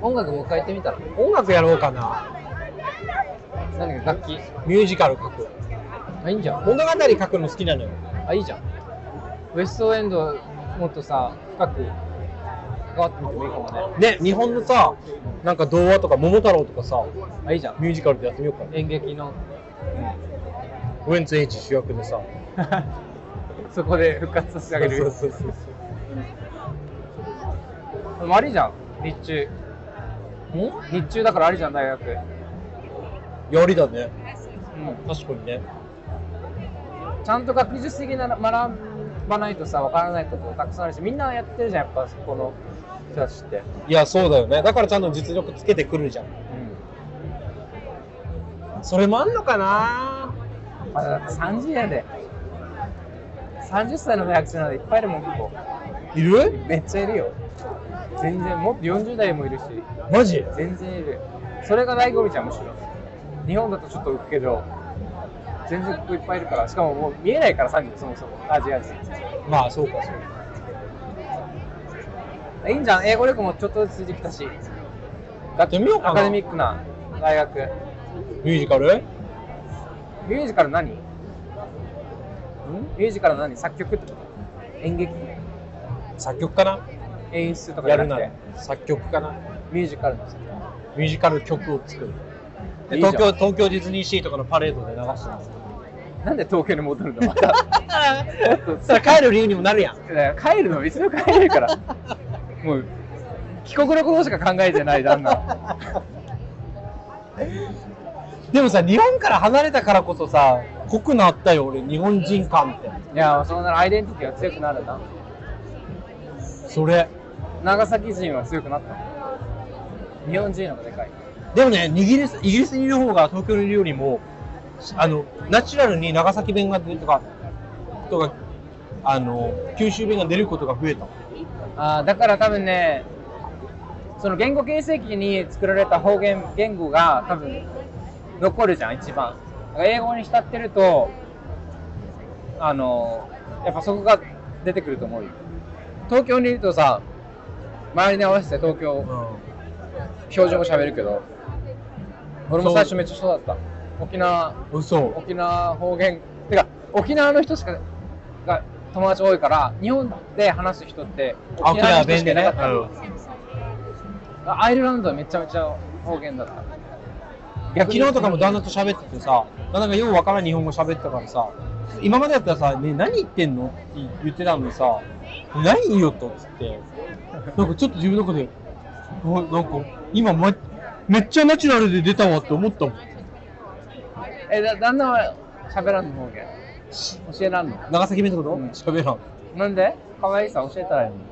B: 音楽もう一回行ってみたら
A: 音楽やろうかな
B: 何か楽器
A: ミュージカル書く
B: あいいんじゃん
A: 物語書くの好きなのよ
B: あいいじゃんウエストエンドもっとさ深く関わってみてもいいかもね
A: ね日本のさなんか童話とか桃太郎とかさ
B: あいいじゃん
A: ミュージカルでやってみようかな
B: 演劇の
A: ウエンツエイチ主役でさ
B: そこで復活させてあげる
A: そうそうそう
B: でもありじゃん日中日中だからありじゃん大学
A: そう やりだね
B: うん
A: 確かにね
B: ちゃんと学術的な学ばないとさわからないことたくさんあるしみんなやってるじゃんやっぱこの人たちって、
A: いやそうだよねだからちゃんと実力つけてくるじゃんそれもあんのかな
B: うん、まだだって30やで30歳の大学生なんていっぱいいるもんこ
A: いる
B: こめっちゃいるよ全然もっと40代もいるし
A: マジ
B: 全然いるそれが醍醐味じゃんむしろ日本だとちょっと浮くけど全然ここいっぱいいるからしかももう見えないから30そもそもアジア人
A: まあそうかそうか
B: いいんじゃん英語力もちょっとずつついてきたし
A: やってみようかな
B: アカデミックな大学
A: ミュージカル
B: ミュージカル何んミュージカル何作曲ってこと演劇
A: 作曲かな
B: 演出とかじゃ
A: や
B: な
A: る
B: く
A: な
B: て
A: ら作曲かな
B: ミュージカルの作
A: ミュージカル曲を作るで
B: いいじゃん
A: 東京東京ディズニーシーとかのパレードで流し てます
B: なんで東京に戻るのまた
A: それ帰る理由にもなるやん
B: 帰るのいつでも帰れるからもう帰国のことしか考えてない旦那
A: でもさ日本から離れたからこそさ濃くなったよ俺日本人感って
B: いやそんなのアイデンティティが強くなるな
A: それ
B: 長崎人は強くなった日本人の方がでかい
A: でもねイギリスイギリスにいる方が東京にいるよりもあのナチュラルに長崎弁が出るとかトが、あの、九州弁が出ることが増えた。
B: あーだから多分ねその言語形成期に作られた方言言語が多分残るじゃん一番だから英語に浸ってるとあのやっぱそこが出てくると思うよ東京にいるとさ周りに合わせて東京標準語喋るけど俺も最初めっちゃそうだった沖縄
A: うん。嘘。
B: 沖縄方言てか沖縄の人しかが友達多いから日本で話す人って
A: あ
B: 沖縄の人しかいなかった
A: 沖縄弁で
B: アイルランドはめちゃめちゃ方言だった
A: 昨日とかも旦那と喋っててさ、旦那がようわからん日本語喋ってたからさ、今までだったらさ、ね、何言ってんのって言ってたのにさ、何よとっつって、なんかちょっと自分の中で、おなんか今、ま、めっちゃナチュラルで出たわって思ったもん。
B: えだ旦那は喋らんの方言教えらんの
A: 長崎弁ってこと
B: うん
A: 喋、らん。い
B: なんで可愛さ教えたらいいのに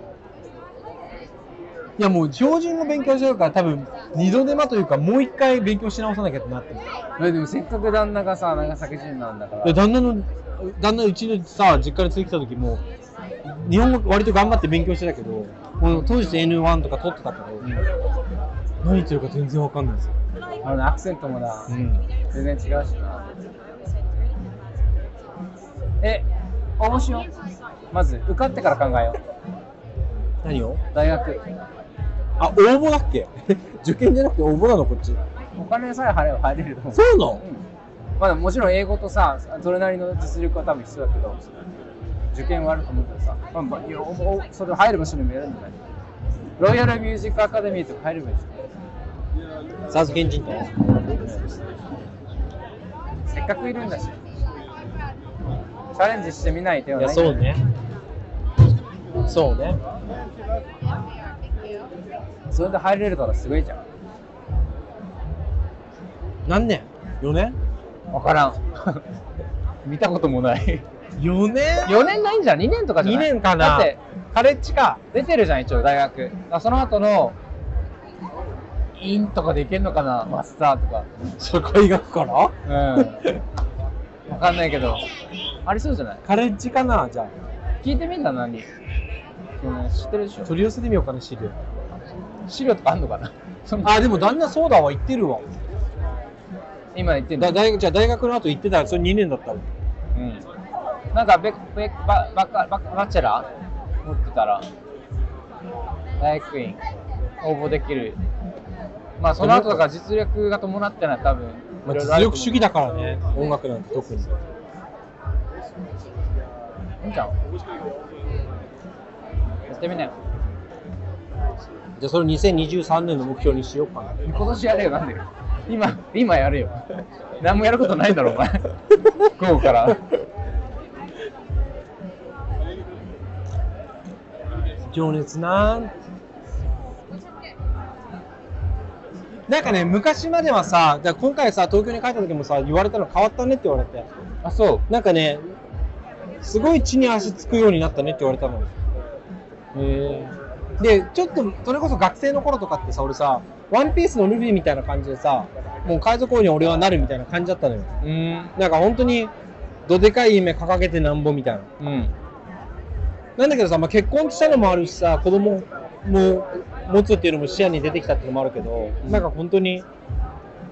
A: やもう標準語勉強してるから多分二度手間というかもう一回勉強し直さなきゃってなってる。
B: えでもせっかく旦那がさ長崎人なんだか
A: で
B: ら
A: 旦那の旦那うちのさ実家に連れてきた時も日本語割と頑張って勉強してたけどもう当時 N1 とか取ってたけど、何言ってるか全然わかんないですよ、
B: あのねアクセントもな全然違うしなえ応募しようまず受かってから考えよ
A: 何を
B: う大学
A: あ応募だっけ 受験じゃなくて応募なのこっち
B: お金さえ払えば入れると思う
A: そうなの
B: うんまあ、もちろん英語とさそれなりの実力は多分必要だけど受験はあると思うけどさ、まあまあ、いやおおそれ入る場所にもやるんじゃないロイヤルミュージックアカデミーとか入ればいいじ
A: サーズ現人と
B: ゃんせっかくいるんだしチャレンジしてみない手はいな
A: や
B: い
A: そうねそうね
B: それで入れるからすごいじゃん
A: 何年 ?4 年
B: 分からん 見たこともない
A: ?4 年
B: 4年ないんじゃん2年とかじゃない
A: 二年かな
B: だってカレッジか出てるじゃん一応大学だからその後のインとかでいけるのかなマスターとか
A: 社会学から
B: うん。わかんないけど、ありそうじゃない
A: カレッジかなじゃ
B: 聞いてみんな何、うん、知ってるでし
A: あ
B: ょ
A: 取り寄せてみようかな資料
B: 資料とかあんのかなそんな
A: あでも旦那そうだわ言ってるわ
B: 今言ってん
A: だ
B: の
A: 大学じゃあ大学の後行ってたらそれ2年だったの
B: うん。なんかベベババカバカバチェラー持ってたら、大学院応募できる。まあその後だから実力が伴ってない多分、
A: まあ、
B: いろいろあると
A: 実
B: 思う
A: 力主義だからね音楽なんて特に
B: いいじゃん。やってみなよ。
A: じゃあそれ2023年の目標にしようかな
B: 今年やれよ、なんでよ。今、今やれよ。何もやることないだろ、お前。午後から。
A: 情熱なんなんかね昔まではさだから今回さ東京に帰った時もさ言われたの変わったねって言われて
B: あ、そ
A: なんかねすごい地に足つくようになったねって言われたのへえでちょっとそれこそ学生の頃とかってさ俺さワンピースのルフィみたいな感じでさもう海賊王に俺はなるみたいな感じだったのよ
B: う。うーん。
A: なんか本当にどでかい夢掲げてなんぼみたいな。
B: うん。
A: なんだけどさ、まあ、結婚したのもあるしさ、子供も持つっていうのも視野に出てきたっていうのもあるけど、
B: うん
A: なんか本当に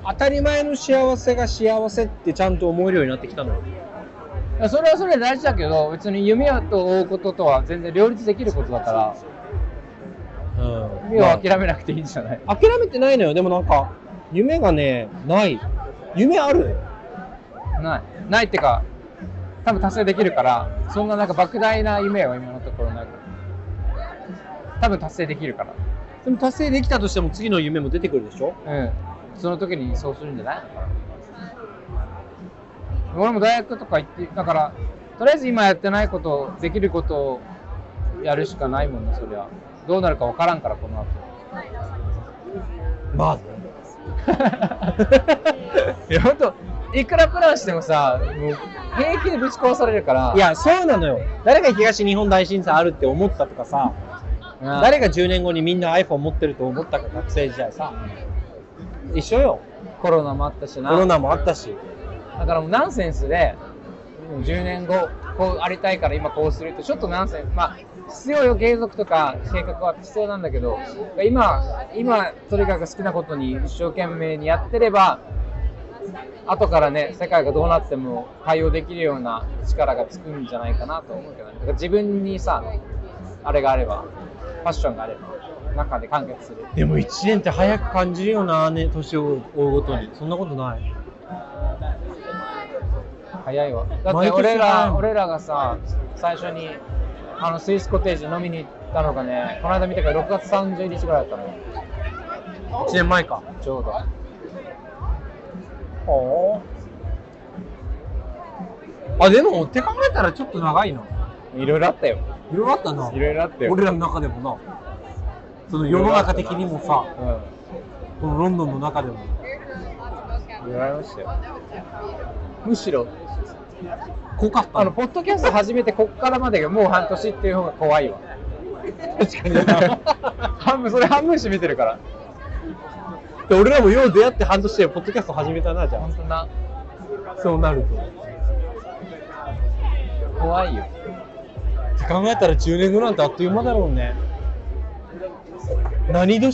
A: 当たり前の幸せが幸せってちゃんと思えるようになってきたのよ。
B: それはそれで大事だけど、別に夢を追うこととは全然両立できることだから、
A: うん
B: 夢を諦めなくていいんじゃない、
A: まあ諦めてないのよ。でもなんか、夢がね、ない。夢ある
B: ない。ないってか、多分達成できるから、そんななんか莫大な夢は今のところないから。多分達成できるか
A: でも達成できたとしても次の夢も出てくるでしょ
B: ら。うん。その時にそうするんじゃない俺も大学とか行って、だから、とりあえず今やってないこと、できることをやるしかないもんね、そりゃ。どうなるか分からんから、この後。
A: まあね。
B: いや本当いくらプランしてもさもう平気でぶち壊されるから
A: いや、そうなのよ。誰が東日本大震災あるって思ったとかさ、
B: 誰
A: 誰が10年後にみんな iPhone 持ってると思ったか学生時代さ一緒よ
B: コロナもあったし
A: コ
B: な
A: ロナもあったし
B: だからもうナンセンスでもう10年後こうありたいから今こうするってちょっとナンセンスまあ必要よ継続とか性格は必要なんだけど今今とにかく好きなことに一生懸命にやってれば後からね世界がどうなっても対応できるような力がつくんじゃないかなと思うけどねだから自分にさあれがあればファッションがあれば中で完結する
A: でも1年って早く感じるよな、ね、年を追うごとに。そんなことない。
B: 早いわだって
A: 毎年
B: 俺
A: 早い
B: ら
A: もん
B: 俺らがさ最初にあのスイスコテージ飲みに行ったのがねこの間見たから6月30日ぐらいだったのよ
A: 1年前か。
B: ちょうど
A: あ、でも、って考えたらちょっと長いな。
B: いろいろあったよ
A: いろいろあったな。
B: いろいろあったよ
A: 俺らの中でもな。その世の中的にもさ、このロンドンの中でも。
B: うんいろいろありましたよむしろ
A: 濃かった
B: あのポッドキャスト始めてこっからまでがもう半年っていう方が怖いわ
A: 確か
B: 半分それ半分占めてるから
A: で俺らもよう出会って半年でポッドキャスト始めたな、じゃ
B: 本当な
A: あ。そうなると。っ
B: 怖いよ
A: て考えたら10年後なんてあっという間だろうね。何年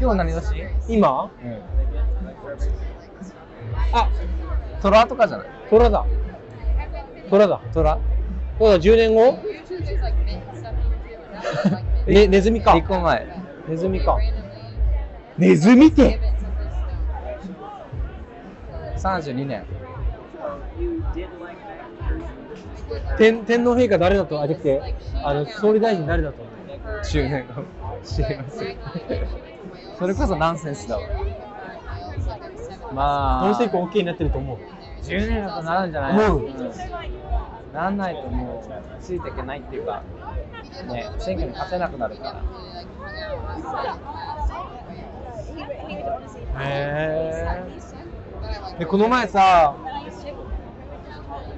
B: 今日何年
A: 今
B: うん
A: あ、
B: 虎とかじゃない
A: 虎だ。虎だ。
B: 虎
A: そうだ、10年後
D: YouTube just like mint stuff you would do and now it's
A: ね、
D: like mint.
A: ネズミか
B: 離。婚前
A: ネズ
D: They
A: ミか。
D: randomly
A: ネズミっ
D: give
A: て
D: it to this stone.
B: 32年
A: 天天皇陛下誰だとあじゃなくてあの総理大臣誰だと思う
D: Her-
B: 10年後知りま
D: like,
B: せん
D: nine-year-old, she went to Wales.
B: それこそナンセンスだわ
D: Wales, like, I'm seven.
B: ま
A: どう
B: あ
A: せ以降 OK になってると思う
B: 10年だとなるんじゃない
A: 思うん
B: ならないともうついていけないっていうかね選挙に勝てなくなるから
D: Really, like, hung out with us, like,
A: へ
D: in Wales. But I, like,
A: えこの前さ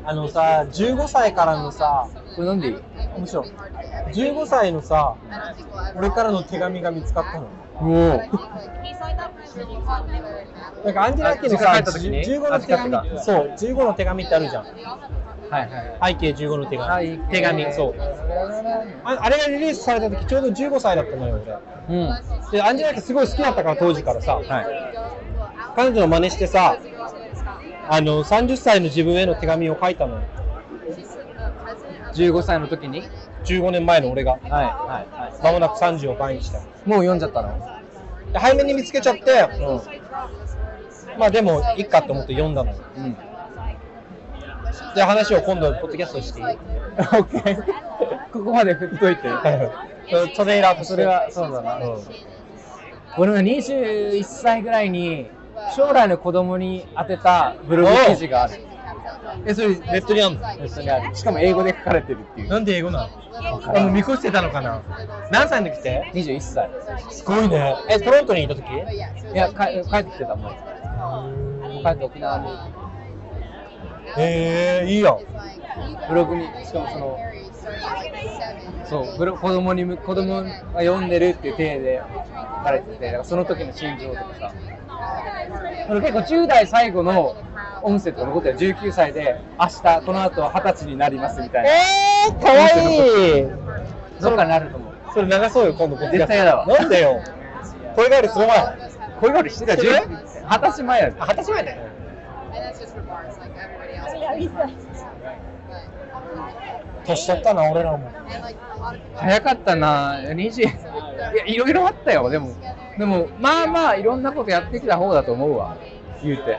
A: あのさ15歳からのさ
B: これなんでいい
D: I think
A: もちろん
D: it'll be hard to get everything.
A: 15歳のさ
D: I don't think we'll ever
A: 俺からの手紙が見つかったの
D: But I think, like, sure, we'll have another app.
A: なんかアンジェラッキーの
B: あ実
A: さ
B: 家帰った時に
A: 15の手
B: 預かって
A: 紙
B: た
A: そう15の手紙ってあるじゃん
D: We all
B: は
D: have a partner.
B: いはい
A: 背景15の手
B: は
A: 紙
B: い
A: 手紙そうああれがリリースされた時ちょうど15歳だったのよ
B: うん
A: 俺でアンジェラッキーすごい好きだったから当時からさ、彼女の真似してさ
D: You also gotta stop.
A: あの30歳の自分への手紙を書いたのよ
D: She's the president of
B: 15歳の時にはい
A: 15年前の俺が
B: はいは
A: まもなく30を倍にした
B: いもう読んじゃったの
A: で背面に見つけちゃって、まあでもいっかと思って読んだのよ
B: うん
A: で話を今度ポッドキャストしていい
B: OK ここまで振っといて
A: そトレーラーとして
B: それはそうだな、
A: うん
B: 俺は21歳ぐらいに将来の子供に宛てたブログ記事がある
A: えそれネットにあんの
B: ネットにあるしかも英語で書かれてるっていう
A: なんで英語な
B: から
A: の
B: ん
A: あもう見越してたのかな何歳の時って
B: 21歳
A: すごいねえトロントにいた時
B: いやか帰ってきてたもんもう帰って沖縄に
A: えー、いいやん
B: ブログにしかもそのそうブロ子供にむ子供が読んでるっていう体で書かれててだからその時の心情とかさそれ結構10代最後の音声とか残ってる19歳で明日この後二十歳になりますみたいな
A: えー、かわいい
B: どっかになると思う
A: それ流そうよ今度ポッドキャスト
B: 絶対やだわ
A: なんでよ声変わりする前
B: これよりしてた
A: 知ってる
B: 20歳前やで
A: あ二十歳前だよ
D: And that's just for bars, like everybody else. But,
A: 年取ったな俺らも
D: and like a lot of people.
B: 早かったな20いやいろいろあったよでもでもまあまあいろんなことやってきた方だと思うわ言うて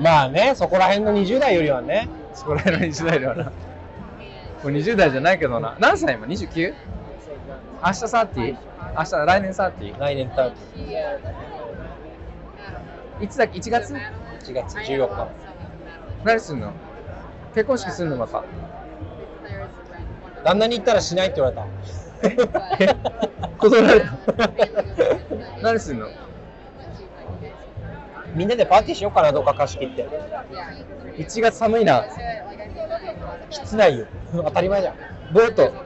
A: まあねそこら辺の20代よりはね
B: そこら辺の20代ではなもう20代じゃないけどな何歳今 29? 明日 30? 明日来年 30?
A: 来年多分
D: She, uh, I don't know.
B: いつだっけ1月
D: Madeline.
A: 1月
D: I
A: 14
D: know
A: 日
D: someone,
B: 何すんの結婚式すんのまた
D: Madeline. There is a red one.
A: 旦那に言ったらしないって言われ た
B: 断られた何すんの
D: But she's like, it's-
A: みんなでパーティーしようかなどうか貸し切って
D: yeah, it's pretty.
B: 1月寒いな
D: I said, like, I think I'm gonna go to
A: 室内よ当たり前じゃんボート
D: other people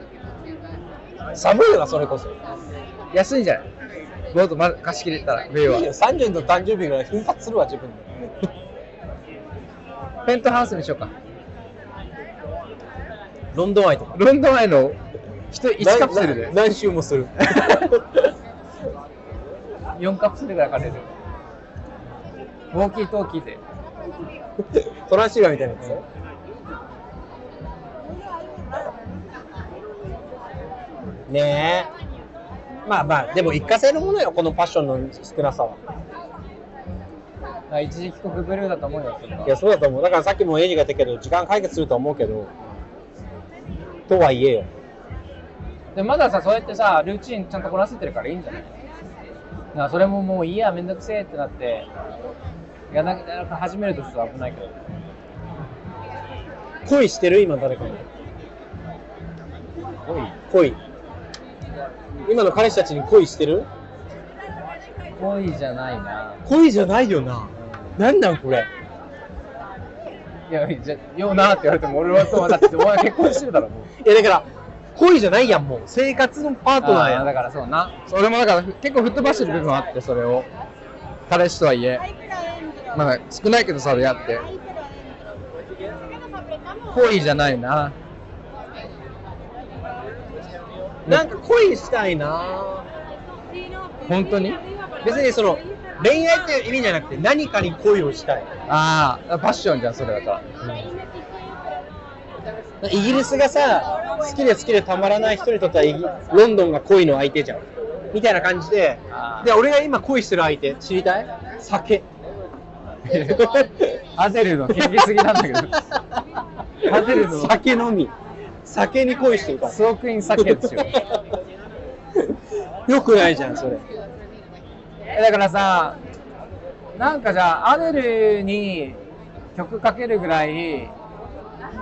D: too, but
A: 寒いよなそれこそ
B: 安いんじゃないボートまだ貸し切れたら
A: いい
B: 上
A: よ
B: は
A: 30の誕生日ぐらい奮発するわ自分で
B: ペントハウスにしようか
A: ロンドン愛とか。
B: ロンドンへの人1カプセルで
A: な何周もする。
B: 4カプセルぐらいかれるウォーキートーキーで
A: トランシーバーみたいなやつね。ねえ。まあまあ、でも一過性のものよ、このパッションの少なさは。
B: あ一時帰国ブルーだと思うよそれはい
A: や、そうだと思う。だからさっきもエイジが言ったけど、時間解決するとは思うけど、とはいえよ。
B: でもまださそうやってさルーチンちゃんとこなせてるからいいんじゃないだからそれももういいやめんどくせえってなってやらなやらなく始めるとちょっと危ないけど
A: 恋してる今誰かに。恋。今の彼氏たちに恋してる
B: 恋恋じゃないな
A: 恋じゃないよな。なんなんこれ。
B: いやじゃようなって言われても俺はそうだってお前結婚してるだろもう
A: いやだから、恋じゃないやん、もう。生活のパートナーや
B: あ
A: ん
B: だからそうな俺もだから結構吹っ飛ばしてる部分はあってそれを彼氏とはいえまだ少ないけどさ出会って恋じゃないな
A: なんか恋したいな
B: 本当に
A: 別にその恋愛っていう意味じゃなくて何かに恋をしたい
B: ああパッションじゃんそれだから
A: イギリスがさ好きで好きでたまらない人にとってはイギロンドンが恋の相手じゃんみたいな感じで
B: あー
A: で俺が今恋してる相手知りたい酒
B: アゼルの響きすぎなんだけ どアゼルの
A: 酒のみ酒に恋してるから
B: スオクイン酒ですよ
A: よくないじゃんそれ
B: えだからさなんかじゃあアデルに曲かけるぐらい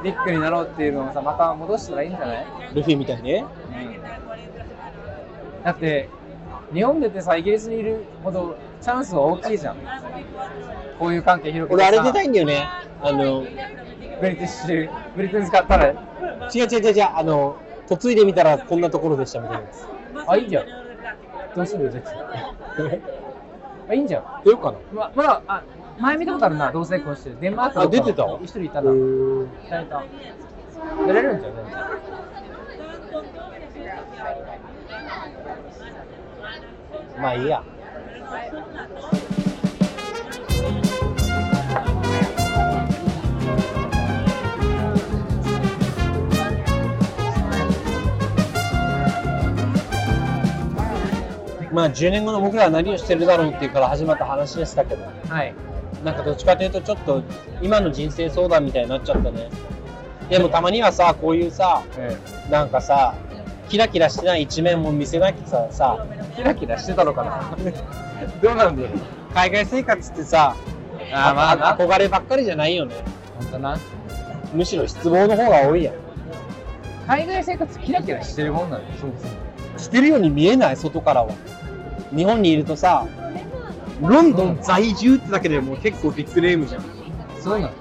B: ビッグになろうっていうのをさまた戻したらいいんじゃない
A: ルフィみたいにね
B: だって日本出てさイギリスにいるほどチャンスは大きいじゃんこういう関係広げて
A: 俺
B: さ
A: あれ出たいんだよねあの
B: ブリティッシュブリティッシュ買ったら
A: 違う違う違う違うあの嫁いでみたらこんなところでしたみたいなやつ
B: あいいじゃんどうするよジャッキあいいんじゃん
A: 出ようかな
B: ままだあ前見たことあるな同性婚してるデンマーク
A: あ
B: の
A: 出てた
B: 一人いたな
A: へー
B: 誰か出れるんじゃない
A: まあいいや。まあ10年後の僕らは何をしてるだろうっていうから始まった話でしたけど
B: はい
A: なんかどっちかというとちょっと今の人生相談みたいになっちゃったねでもたまにはさこういうさ
B: え
A: なんかさキラキラしてない一面も見せなきゃさ
B: えキラキラしてたのか などうなんだろう
A: 海外生活ってさ
B: あーまあな
A: 憧ればっかりじゃないよね
B: 本当な
A: むしろ失望の方が多いやん
B: 海外生活キラキラしてるもんなのそうそう
A: してるように見えない外からは日本にいるとさロンドン在住ってだけでもう結構ビッグネームじゃん
B: そうなの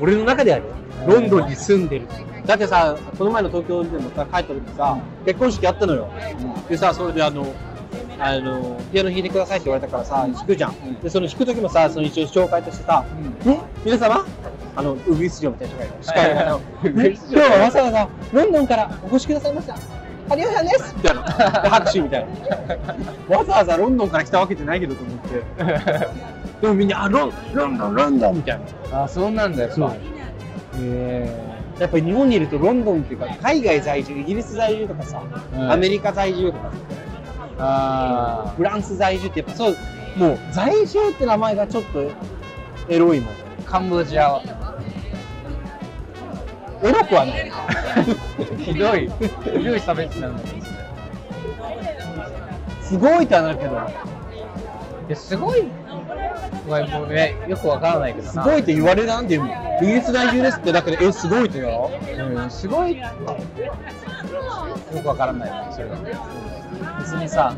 A: 俺の中ではねロンドンに住 んでるだってさこの前の東京でもさ帰った時さ結婚式やったのよでさそれであのあのピアノ弾いてくださいって言われたからさ弾くじゃんでその弾く時もさその一応紹介としてさ
B: うん
A: ね、皆様、あの、ウグイス嬢みたいな人がいる。司会
B: はい
A: の
B: はいはい
A: ね今日はわざわざ、ロンドンからお越しくださいました。ハリオさんですみたいな。で拍手みたいな。わざわざロンドンから来たわけじゃないけどと思って。でもみんな、あ、ロン、ロンドン、ロンドンみたいな。
B: あそうなんだよ
A: そうやっぱり日本にいるとロンドンっていうか、海外在住、イギリス在住とかさ、
B: うん
A: アメリカ在住とかさ、
B: あ
A: フランス在住ってやっぱそう、もう在住って名前がちょっとエロいもん。
B: あカンボジ アは
A: エロくは ない。
B: ひどいひどい差別なんだよ
A: すごいとはなるけど、
B: いやすごいお前もうねよくわからないけどな
A: すごいって言われなんでもイギリス在住ですってだけでえすごいって言うの
B: うんすごいよくわからないよねそれが別にさ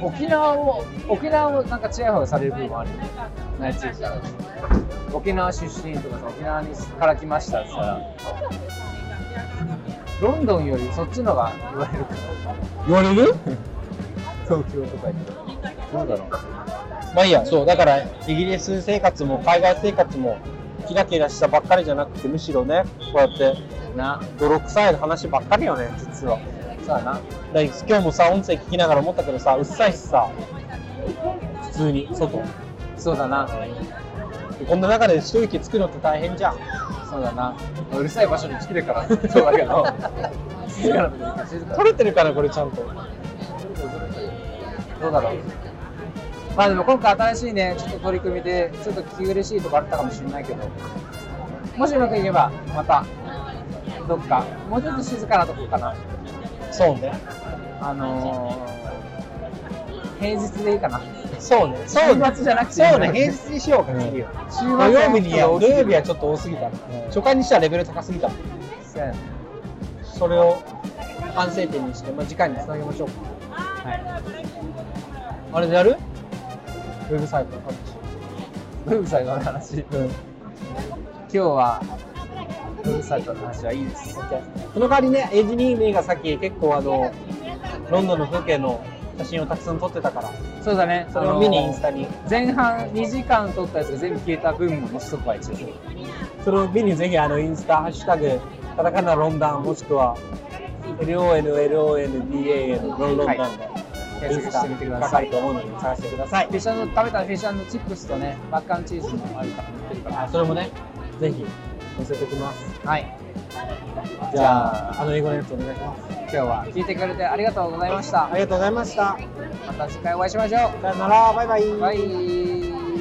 B: 沖縄を沖縄をなんかちやほやされる部分もあるよね内地域から沖縄出身とかさ沖縄にから来ましたってさロンドンよりそっちのが言われるから
A: 言われる
B: 東京とか行ってどうだろう
A: まあいいやそうだからイギリス生活も海外生活もキラキラしたばっかりじゃなくてむしろねこうやって
B: な
A: 泥臭い話ばっかりよね実は
B: そうだな
A: だから今日もさ音声聞きながら思ったけどさうっさいしさ普通に外
B: そうだな
A: こんな中で一息つくのって大変じゃん
B: そうだなうるさい場所に来てるから そうだけど静かなとこに行って静か
A: 取れてるからこれちゃんと
B: などうだろうまあでも今回新しいねちょっと取り組みでちょっと聞き苦しいとこあったかもしれないけどもしうまくいけばまたどっかもうちょっと静かなとこかな
A: そうね
B: あのー、平日でいいかな
A: そうねそうね
B: 週末じゃなくていい
A: そ
B: の
A: うね
B: に
A: 平日にしようか次は
B: 週末
A: 土曜日にや
B: 多
A: 土
B: すぎる
A: 曜日はちょっと多すぎた、初回にしてはレベル高すぎた
B: そうやね
A: それを反省点にして、まあ、次回につなげましょうかあれでやるウェブサイトの
B: ウェブサイトの話、今日はウェブサイトの話はいいです
A: その代わりねエイジニーメイがさっき結構あのロンドンの風景の写真をたくさん撮ってたから
B: そうだね
A: それを見にインスタに
B: 前半2時間撮ったやつが全部消えた分も載せとくわ一応
A: それを見にぜひあのインスタ「ハッシュタグカタカナロンダン」もしくは LONLONDAN ロンロンダンで、
B: 検
A: インス
B: 索してみてくだ
A: タ
B: さ
A: 高
B: い
A: いと思うので探してください
B: フィッシャーの食べたフィッシャーのチップスとねバッカンチーズもあるから売ってるか
A: あそれもねぜひ載せてきます
B: らはい
A: じゃあ、あの英語のやつお願いします。
B: 今日は聞いてくれてありがとうございました
A: ありがとうございました。
B: また次回お会いしましょ
A: さよなら、バイバイ。
B: うバイ